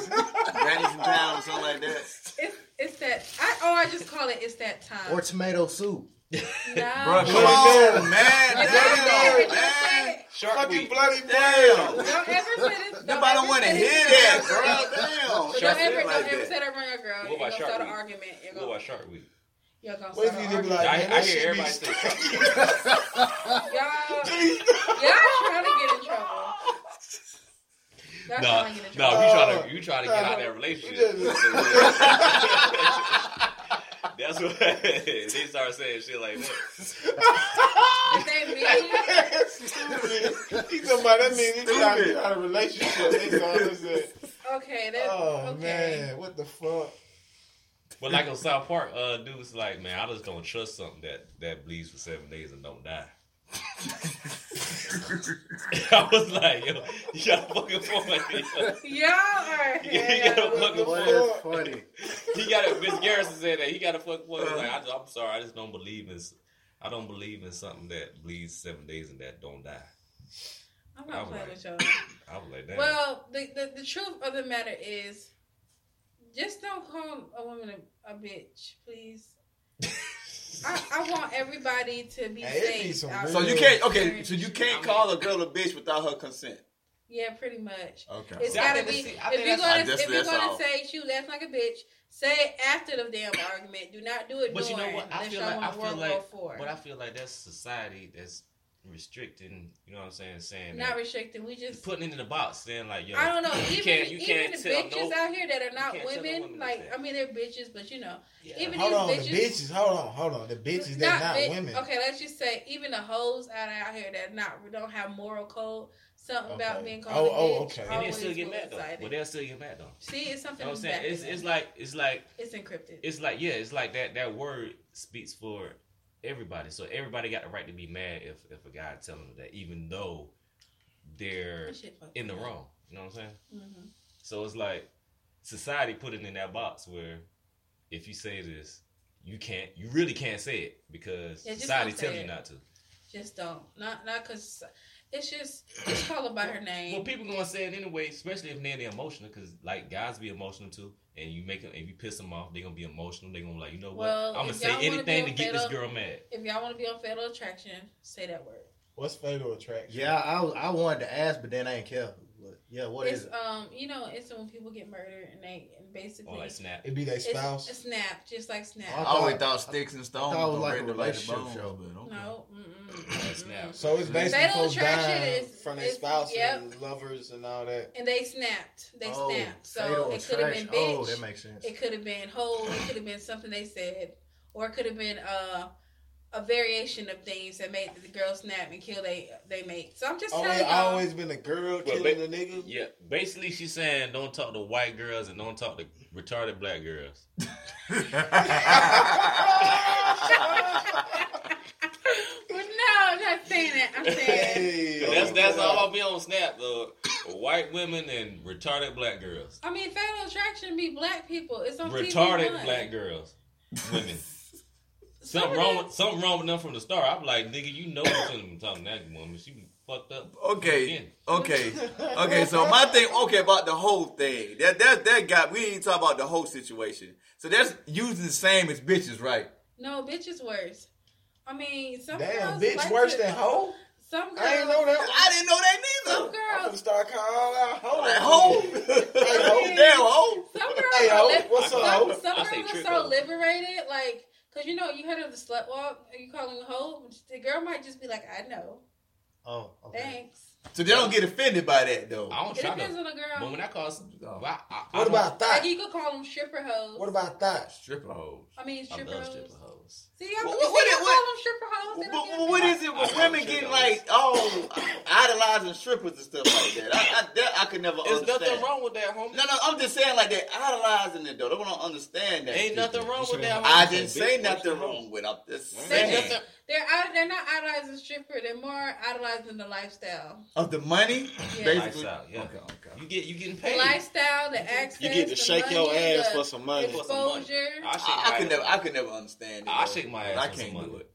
Speaker 1: Granny's in town or something like that.
Speaker 5: it's it's that. I oh, I just call it. It's that time.
Speaker 3: Or tomato soup?
Speaker 1: Bro,
Speaker 5: no.
Speaker 1: come on, man.
Speaker 5: Don't
Speaker 1: Damn,
Speaker 5: ever
Speaker 1: man.
Speaker 5: say-
Speaker 4: Shark Week.
Speaker 2: bloody
Speaker 1: Damn.
Speaker 5: don't ever say this. don't
Speaker 1: Nobody
Speaker 5: ever
Speaker 1: want to
Speaker 5: say
Speaker 1: hear
Speaker 5: this
Speaker 1: that,
Speaker 5: around
Speaker 1: bro.
Speaker 5: girls.
Speaker 1: Damn.
Speaker 5: But
Speaker 4: Shark
Speaker 5: Don't ever,
Speaker 4: Week
Speaker 5: don't
Speaker 1: like
Speaker 5: ever
Speaker 1: that.
Speaker 5: say that around girl.
Speaker 4: What
Speaker 5: You're
Speaker 4: about
Speaker 5: gonna
Speaker 4: Shark
Speaker 5: start an
Speaker 4: Week?
Speaker 5: argument. You're
Speaker 4: What
Speaker 5: gonna,
Speaker 4: about Shark Week?
Speaker 5: you're gonna
Speaker 2: What
Speaker 5: start
Speaker 2: if
Speaker 5: an
Speaker 2: you just be
Speaker 5: argument.
Speaker 2: like,
Speaker 4: I,
Speaker 2: man,
Speaker 4: I
Speaker 2: that
Speaker 4: hear
Speaker 2: shit be
Speaker 4: everybody say Shark Week.
Speaker 5: Y'all, y'all trying to get in trouble. Y'all
Speaker 4: No,
Speaker 5: trying to get in
Speaker 4: no,
Speaker 5: trouble.
Speaker 4: you trying to you trying to get out of that relationship. That's what they start saying shit like that.
Speaker 5: If they mean,
Speaker 2: He's somebody that means he's trying to
Speaker 1: Stupid.
Speaker 2: get out of a relationship. That's all I'm saying.
Speaker 5: okay, that,
Speaker 2: Oh
Speaker 5: okay.
Speaker 2: man, what the fuck?
Speaker 4: But like on South Park, uh, dude's like, man, I just don't trust something that that bleeds for seven days and don't die. I was like, yo, you got fucking funny.
Speaker 5: Y'all are
Speaker 4: You got a fucking
Speaker 3: Boy,
Speaker 4: point.
Speaker 3: that's funny.
Speaker 4: he got it. Miss Garrison said that he got a fuck point. He's Like I, I'm sorry, I just don't believe in. I don't believe in something that bleeds seven days and that don't die.
Speaker 5: I'm
Speaker 4: I'm
Speaker 5: not playing
Speaker 4: like-
Speaker 5: with y'all.
Speaker 4: I was like, damn.
Speaker 5: Well, the, the the truth of the matter is, just don't call a woman a, a bitch, please. I, I want everybody to be
Speaker 2: Hey, it be
Speaker 5: safe.
Speaker 2: some
Speaker 5: out
Speaker 1: So
Speaker 2: real-
Speaker 1: you
Speaker 5: there.
Speaker 1: can't. Okay, so you can't call a girl a bitch without her consent.
Speaker 5: Yeah, pretty much.
Speaker 1: Okay.
Speaker 5: It's
Speaker 4: See, I
Speaker 5: gotta
Speaker 4: think
Speaker 5: be.
Speaker 4: that's- I
Speaker 5: If
Speaker 4: think
Speaker 5: you're
Speaker 4: that's-
Speaker 5: gonna,
Speaker 1: I guess
Speaker 5: if you're
Speaker 1: that's
Speaker 5: gonna
Speaker 1: all.
Speaker 5: say she was acting like a bitch, say it after the damn argument. Do not do it
Speaker 4: but you
Speaker 5: during.
Speaker 4: know what? I
Speaker 5: unless
Speaker 4: feel
Speaker 5: y'all
Speaker 4: like I feel
Speaker 5: want World War
Speaker 4: like,
Speaker 5: Four.
Speaker 4: but I feel like that's society. That's restricting. You know what I'm saying? Saying
Speaker 5: Not
Speaker 4: that-
Speaker 5: restricted. We just
Speaker 4: putting it in the box, saying like, yo,
Speaker 5: I don't know.
Speaker 4: you
Speaker 5: even
Speaker 4: can't- you
Speaker 5: even
Speaker 4: can't
Speaker 5: the
Speaker 4: tell
Speaker 5: bitches
Speaker 4: no-
Speaker 5: out here that are not
Speaker 4: can't tell no
Speaker 5: women,
Speaker 4: woman to
Speaker 5: like
Speaker 4: say.
Speaker 5: I mean they're bitches, but you know,
Speaker 4: yeah.
Speaker 5: even
Speaker 7: Hold
Speaker 5: these
Speaker 7: on,
Speaker 5: bitches,
Speaker 7: the bitches. Hold on, hold on. The bitches, they're not
Speaker 5: bitch-
Speaker 7: women.
Speaker 5: Okay, let's just say even the hoes out out here that not don't have moral code. Something about
Speaker 7: Okay.
Speaker 5: being called
Speaker 7: Oh,
Speaker 5: a
Speaker 7: oh,
Speaker 5: bitch
Speaker 7: okay.
Speaker 4: and they
Speaker 5: always
Speaker 4: still get
Speaker 5: will
Speaker 4: mad though.
Speaker 5: excite it.
Speaker 4: But they'll still get mad though.
Speaker 5: See, it's
Speaker 4: You
Speaker 5: something.
Speaker 4: know what I'm saying?
Speaker 5: back
Speaker 4: It's
Speaker 5: there.
Speaker 4: it's like it's like
Speaker 5: it's encrypted.
Speaker 4: it's like yeah, it's like that that word speaks for everybody. So everybody got the right to be mad if if a guy telling them that, even though they're
Speaker 5: That shit fucked
Speaker 4: in the
Speaker 5: up.
Speaker 4: wrong. You know what I'm saying?
Speaker 5: Mhm.
Speaker 4: So it's like society put it in that box where if you say this, you can't you really can't say it because
Speaker 5: Yeah, just
Speaker 4: society
Speaker 5: don't say
Speaker 4: tells you
Speaker 5: it.
Speaker 4: not to.
Speaker 5: Just don't. Not not because it's just just call her by her name.
Speaker 4: Well, people gonna say it anyway, especially if they're, they're emotional, because like guys be emotional too. And you make them, if you piss them off, they gonna be emotional. They gonna be like, you know what?
Speaker 5: Well,
Speaker 4: I'm gonna
Speaker 5: if
Speaker 4: say
Speaker 5: y'all wanna
Speaker 4: anything
Speaker 5: be
Speaker 4: to
Speaker 5: a
Speaker 4: get this
Speaker 5: fed up-
Speaker 4: girl mad.
Speaker 5: if y'all want to be on fatal attraction, say that word.
Speaker 7: What's fatal attraction?
Speaker 3: Yeah, I I wanted to ask, but then I didn't care. But yeah, what
Speaker 5: it's
Speaker 3: is it?
Speaker 5: um, you know, it's when people get murdered and they and basically
Speaker 4: Or Oh, like snap. Oh,
Speaker 7: It'd be their
Speaker 5: it's
Speaker 7: spouse.
Speaker 5: a snap, just like snap.
Speaker 1: I
Speaker 3: I
Speaker 1: always
Speaker 3: thought-
Speaker 1: Oh, thought sticks and stones
Speaker 3: I thought it
Speaker 1: was
Speaker 3: was like
Speaker 1: like
Speaker 3: a
Speaker 1: render like the
Speaker 3: relationship
Speaker 1: bones,
Speaker 3: show.
Speaker 1: but okay.
Speaker 5: No, mm-mm, mm-mm.
Speaker 4: snap.
Speaker 7: so it's basically
Speaker 5: Fatal
Speaker 7: folks
Speaker 5: attraction
Speaker 7: dying
Speaker 5: is-
Speaker 7: from their
Speaker 5: is-
Speaker 7: spouse
Speaker 5: yep.
Speaker 7: and lovers and all that.
Speaker 5: and they snapped. They
Speaker 3: Oh,
Speaker 5: snapped. So
Speaker 3: fatal
Speaker 5: it could have
Speaker 3: attraction.
Speaker 5: been bitch.
Speaker 3: Oh, that makes sense.
Speaker 5: It could have been whole. It could have been something they said, or it could have been uh, a variation of things that made the girl snap and kill they they mate. So I'm just
Speaker 7: Oh,
Speaker 5: telling
Speaker 7: it
Speaker 5: y'all.
Speaker 7: always been a girl
Speaker 4: Well,
Speaker 7: killing
Speaker 4: ba-
Speaker 7: a nigga.
Speaker 4: Yeah, basically she's saying don't talk to white girls and don't talk to retarded black girls.
Speaker 5: well, no, I'm not saying that. I'm saying.
Speaker 7: Hey,
Speaker 4: That's
Speaker 7: oh,
Speaker 4: that's
Speaker 7: God.
Speaker 4: all I'll be on snap though. White women and retarded black girls.
Speaker 5: I mean, fatal attraction be black people. It's on
Speaker 4: Retarded
Speaker 5: TV1.
Speaker 4: black girls, women.
Speaker 5: Some
Speaker 4: Something
Speaker 5: of
Speaker 4: wrong
Speaker 5: them-
Speaker 4: with something wrong with them from the start. I'm like, nigga, you know you shouldn't be talking to that woman. She be fucked up.
Speaker 1: Okay, okay, okay. So my thing, okay, about the whole thing. That that that guy. We ain't talk about the whole situation. So that's using the same as bitches, right?
Speaker 5: No, bitch is worse. I mean, some
Speaker 7: Damn,
Speaker 5: girls
Speaker 7: bitch,
Speaker 5: like
Speaker 7: worse
Speaker 5: to-
Speaker 7: than hoe.
Speaker 5: Some girls.
Speaker 7: I ain't know that.
Speaker 1: I didn't know that
Speaker 5: Some
Speaker 1: neither.
Speaker 7: I'm gonna
Speaker 5: girls.
Speaker 7: start calling out hoe.
Speaker 1: Like, hoe?
Speaker 7: hey,
Speaker 1: Oh,
Speaker 7: hoe.
Speaker 5: mean-
Speaker 1: damn, oh.
Speaker 5: Some girls.
Speaker 7: Hey,
Speaker 5: are
Speaker 7: hoe.
Speaker 5: lip-
Speaker 7: What's
Speaker 5: Some,
Speaker 7: up, hoe?
Speaker 5: some
Speaker 4: I say
Speaker 5: girls are
Speaker 4: trick
Speaker 5: so
Speaker 4: hoe.
Speaker 5: liberated, like, cause you know you heard of the slut walk. Are you calling a hoe? The girl might just be like, I know,
Speaker 3: Oh, okay.
Speaker 5: thanks.
Speaker 1: So they don't get offended by that though.
Speaker 4: I don't
Speaker 5: It
Speaker 4: try
Speaker 5: depends
Speaker 4: to.
Speaker 5: on the
Speaker 4: Oh, But
Speaker 5: girl.
Speaker 4: when I call, s-
Speaker 1: Oh.
Speaker 4: I, I, I don't-
Speaker 7: What about
Speaker 5: Like
Speaker 7: that?
Speaker 5: you could call them stripper hoes.
Speaker 7: What about that?
Speaker 1: Stripper hoes.
Speaker 5: I mean
Speaker 4: I
Speaker 5: stripper
Speaker 4: love
Speaker 5: hoes.
Speaker 4: stripper hoes.
Speaker 5: See,
Speaker 1: What-
Speaker 5: I what,
Speaker 1: what- what-
Speaker 5: see, I
Speaker 1: what-
Speaker 5: call them stripper hoes. They
Speaker 1: But,
Speaker 5: don't
Speaker 1: but
Speaker 5: get
Speaker 1: what
Speaker 5: me.
Speaker 1: is it
Speaker 4: I- I
Speaker 1: with
Speaker 4: don't
Speaker 1: women
Speaker 4: care
Speaker 1: getting
Speaker 4: about
Speaker 1: like oh idolizing strippers and stuff like that? I, I that I could never
Speaker 4: There's
Speaker 1: understand.
Speaker 4: nothing wrong with that, homie.
Speaker 1: No, no, I'm just saying like they idolizing it though. They don't understand that.
Speaker 4: Ain't nothing wrong with that. Homie.
Speaker 1: I didn't say
Speaker 4: Bitch,
Speaker 1: nothing
Speaker 4: what's
Speaker 1: wrong with. it. I'm just
Speaker 4: Ain't
Speaker 1: saying
Speaker 4: nothing-
Speaker 5: They're out, they're not idolizing stripper. They're more idolizing the lifestyle.
Speaker 1: of the money.
Speaker 5: Yeah.
Speaker 1: Basically,
Speaker 4: Lifestyle, yeah.
Speaker 1: okay, okay.
Speaker 4: You get you getting
Speaker 5: The
Speaker 4: paid.
Speaker 5: lifestyle, the access.
Speaker 7: You get to
Speaker 5: the
Speaker 7: shake your
Speaker 5: money,
Speaker 7: ass
Speaker 5: the
Speaker 7: for some money.
Speaker 4: for some money.
Speaker 5: Exposure.
Speaker 4: I shake
Speaker 1: I, I
Speaker 4: my
Speaker 1: could
Speaker 4: ass
Speaker 1: never,
Speaker 4: for-
Speaker 1: I could never understand it.
Speaker 4: I
Speaker 1: though.
Speaker 4: shake my
Speaker 1: But
Speaker 4: ass.
Speaker 1: I
Speaker 4: for
Speaker 1: can't
Speaker 4: some
Speaker 1: do
Speaker 4: money.
Speaker 1: it.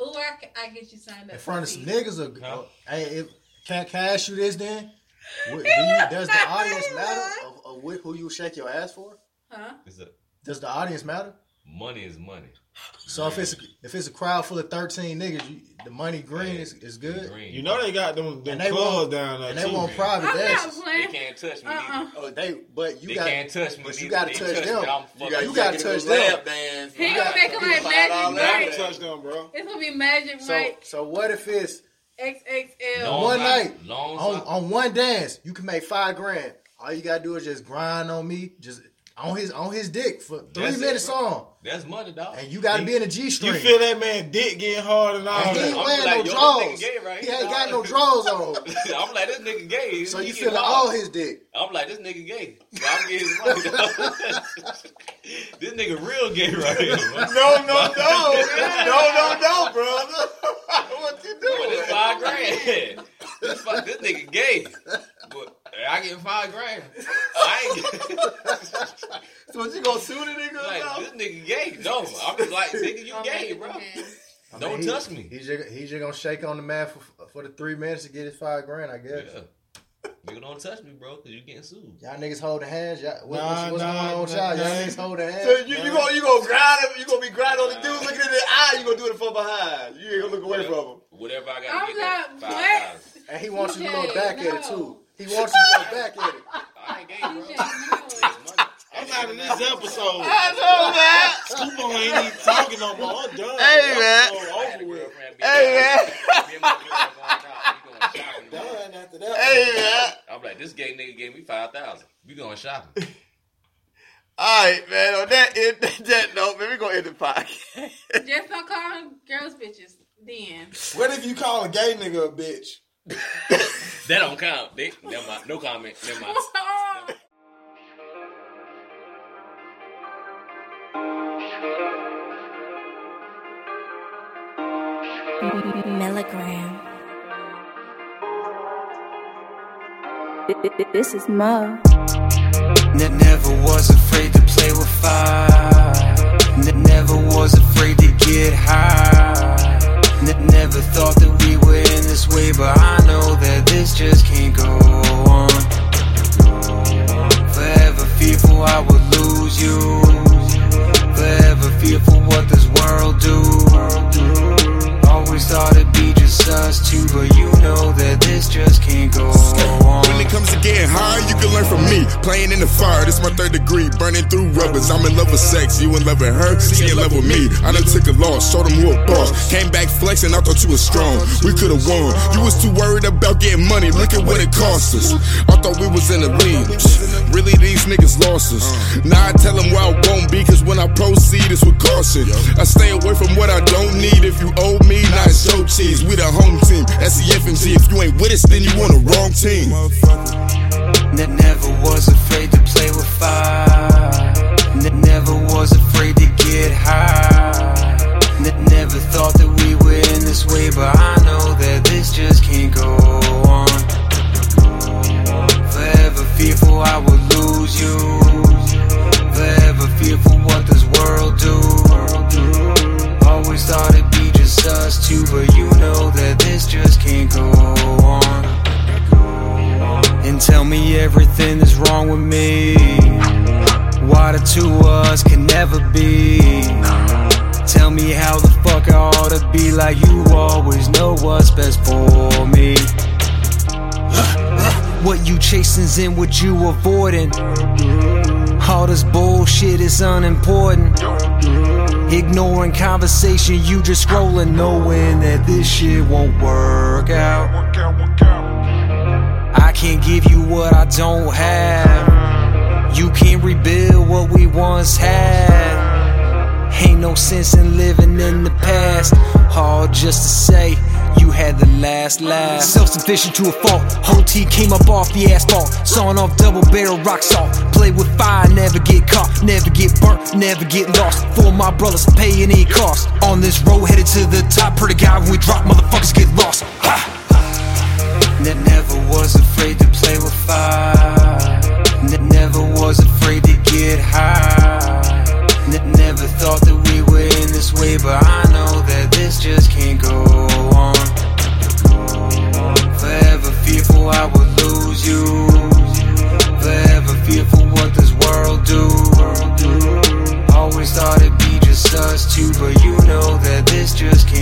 Speaker 5: Ooh, I, c- I get you signed up.
Speaker 3: In front of
Speaker 5: for
Speaker 3: some
Speaker 5: these.
Speaker 3: niggas, or
Speaker 4: Huh?
Speaker 3: hey, if, can can I ask you this then? What, do you, does the audience
Speaker 5: He
Speaker 3: matter of, of wh- who you shake your ass for?
Speaker 5: Huh?
Speaker 4: It's a-
Speaker 3: Does the audience matter?
Speaker 4: money is money.
Speaker 3: So if it's a, if it's a crowd full of thirteen niggas, you, the money green is, is good,
Speaker 4: Green.
Speaker 7: You know they got them, them
Speaker 3: And they
Speaker 7: clubs
Speaker 3: want-
Speaker 7: down there.
Speaker 3: and they
Speaker 7: too.
Speaker 3: want
Speaker 5: I'm
Speaker 3: private
Speaker 5: not
Speaker 3: dances.
Speaker 4: they
Speaker 5: playing.
Speaker 4: can't touch me.
Speaker 5: Uh-uh.
Speaker 4: neither.
Speaker 3: Oh, they but you
Speaker 4: They
Speaker 3: got
Speaker 4: can't touch me.
Speaker 3: but you
Speaker 4: neither.
Speaker 3: gotta
Speaker 4: They
Speaker 3: touch
Speaker 4: me,
Speaker 3: them.
Speaker 4: I'm
Speaker 1: You
Speaker 4: fucked
Speaker 1: gotta,
Speaker 3: You
Speaker 4: up.
Speaker 3: gotta
Speaker 1: get
Speaker 3: touch
Speaker 1: a little
Speaker 3: them.
Speaker 1: lap dance.
Speaker 5: He
Speaker 1: You
Speaker 5: gonna
Speaker 1: gotta
Speaker 5: make 'em
Speaker 1: do
Speaker 5: like
Speaker 1: five dollar
Speaker 5: Magic
Speaker 1: lap
Speaker 7: They
Speaker 1: dance.
Speaker 5: Mike.
Speaker 7: touch them, bro.
Speaker 5: It's gonna be Magic
Speaker 3: so
Speaker 5: Mike
Speaker 3: so what if it's
Speaker 5: XXL.
Speaker 4: Long
Speaker 3: One
Speaker 4: side-
Speaker 3: night.
Speaker 4: Long
Speaker 3: on
Speaker 4: side.
Speaker 3: on one dance you can make five grand. All you gotta do is just grind on me, just on his on his dick for three
Speaker 4: That's it,
Speaker 3: minutes
Speaker 4: bro.
Speaker 3: on,
Speaker 4: That's money, dog.
Speaker 3: and you gotta be in a G
Speaker 7: You
Speaker 3: string.
Speaker 7: feel that man dick getting hard and all
Speaker 3: And he
Speaker 7: that.
Speaker 3: ain't
Speaker 4: I'm
Speaker 3: wearing no
Speaker 4: like, yo, this nigga
Speaker 3: drawers.
Speaker 4: gay right
Speaker 3: he ain't
Speaker 4: here,
Speaker 3: got no
Speaker 4: dog.
Speaker 3: drawers on.
Speaker 4: I'm like, this nigga gay.
Speaker 3: So
Speaker 4: He
Speaker 3: you
Speaker 4: get
Speaker 3: feeling
Speaker 4: lost.
Speaker 3: all his dick.
Speaker 4: I'm like, this nigga gay. So I'm getting his money. dawg. this nigga real gay right here.
Speaker 7: Oh,
Speaker 4: bro.
Speaker 1: No, no, no, no, no, no, brother. what you
Speaker 4: But
Speaker 1: doing?
Speaker 4: this five grand. This, fuck, this nigga gay. But I get five grand. I ain't get,
Speaker 1: So what you gonna sue the nigga
Speaker 4: like,
Speaker 1: about?
Speaker 4: this nigga gay. No, I'm just like, nigga, you
Speaker 5: I'm
Speaker 4: gay,
Speaker 5: Magic
Speaker 4: bro.
Speaker 5: Man.
Speaker 3: I mean,
Speaker 4: Don't
Speaker 3: he-
Speaker 4: touch me.
Speaker 3: He's just, he's just gonna shake on the man for, for the three minutes to get his five grand, I
Speaker 4: Yeah.
Speaker 3: guess.
Speaker 4: Nigga, don't touch me, bro, because you getting sued.
Speaker 3: Y'all niggas holding hands. Y'all, what,
Speaker 7: Nah,
Speaker 3: what's what's
Speaker 7: nah,
Speaker 3: going on with
Speaker 7: nah,
Speaker 3: y'all? Y'all
Speaker 7: nah.
Speaker 3: niggas holding hands.
Speaker 1: So you, you gonna you gonna grind him? You gonna be grinding on the dude looking in the eye? You gonna do it from behind? You ain't gonna look away from him?
Speaker 4: Whatever I got to
Speaker 5: I'm
Speaker 4: get that five
Speaker 5: not black.
Speaker 4: thousand.
Speaker 3: and he wants you to look
Speaker 5: Okay,
Speaker 3: back at it
Speaker 5: no.
Speaker 3: too. He wants you to look back at it.
Speaker 4: I ain't gay,
Speaker 5: DJ,
Speaker 4: bro.
Speaker 5: no.
Speaker 7: I'm out of this episode.
Speaker 1: I
Speaker 7: Scoop on ain't even talking no more. I'm done.
Speaker 1: Hey, man.
Speaker 7: I'm so over with.
Speaker 1: Hey, man.
Speaker 4: man. nigga gave me five thousand. We going shopping.
Speaker 1: All right, man. On that, end, that note, man, we gonna end the podcast.
Speaker 5: Just don't call them girls bitches. Then
Speaker 7: What if you call a gay nigga a bitch?
Speaker 4: That don't count, Dick. Never mind. No comment. Never mind.
Speaker 5: Oh,
Speaker 8: Milligram. This is Mo.
Speaker 9: Ne- never was afraid to play with fire. Ne- never was afraid to get high. Ne- never thought that we were in this way, but I know that this just can't go on. Forever fearful I would lose you. Forever fearful what this world do. Always thought it'd be just us two, but you know that this just can't go on.
Speaker 10: When it comes to getting high, you can learn from me. Playing in the fire, this my third degree. Burning through rubbers, I'm in love with sex. You in love with her, she in love with me. I done took a loss, showed them who a boss. Came back flexing, I thought you was strong. We could've won. You was too worried about getting money, look at what it cost us. I thought we was in the league. Really, these niggas lost us. Now I tell them where I won't be, cause when I proceed, it's with caution. I stay away from what I don't need. If you owe me, not show cheese. We the home team, that's the FMG. If you ain't with us, then you on the wrong team.
Speaker 9: Ne- never was afraid to play with fire. Ne- never was afraid to get high. Ne- never thought that we were in this way, but I know that this just can't go on. Forever fearful I would lose you. Forever fearful what this world do. Always thought it'd be just us two, but you know that this just can't go on and tell me everything that's wrong with me. Why the two of us can never be. Tell me how the fuck I ought to be, like you always know what's best for me. What you chasing's in, what you avoiding. All this bullshit is unimportant. Ignoring conversation, you just scrolling, knowing that this shit won't work out. I can't give you what I don't have. You can't rebuild what we once had. Ain't no sense in living in the past. All just to say you had the last laugh. Self sufficient to a fault. Whole T came up off the asphalt. Sawing off double barrel rock salt. Play with fire, never get caught. Never get burnt, never get lost. For my brothers, pay any cost. On this road headed to the top. Pretty guy, when we drop, motherfuckers get lost. Ha! Ne- never was afraid to play with fire. Ne- never was afraid to get high. Ne- never thought that we were in this way, but I know that this just can't go on. Forever fearful I would lose you. Forever fearful what this world do. Always thought it'd be just us two, but you know that this just can't.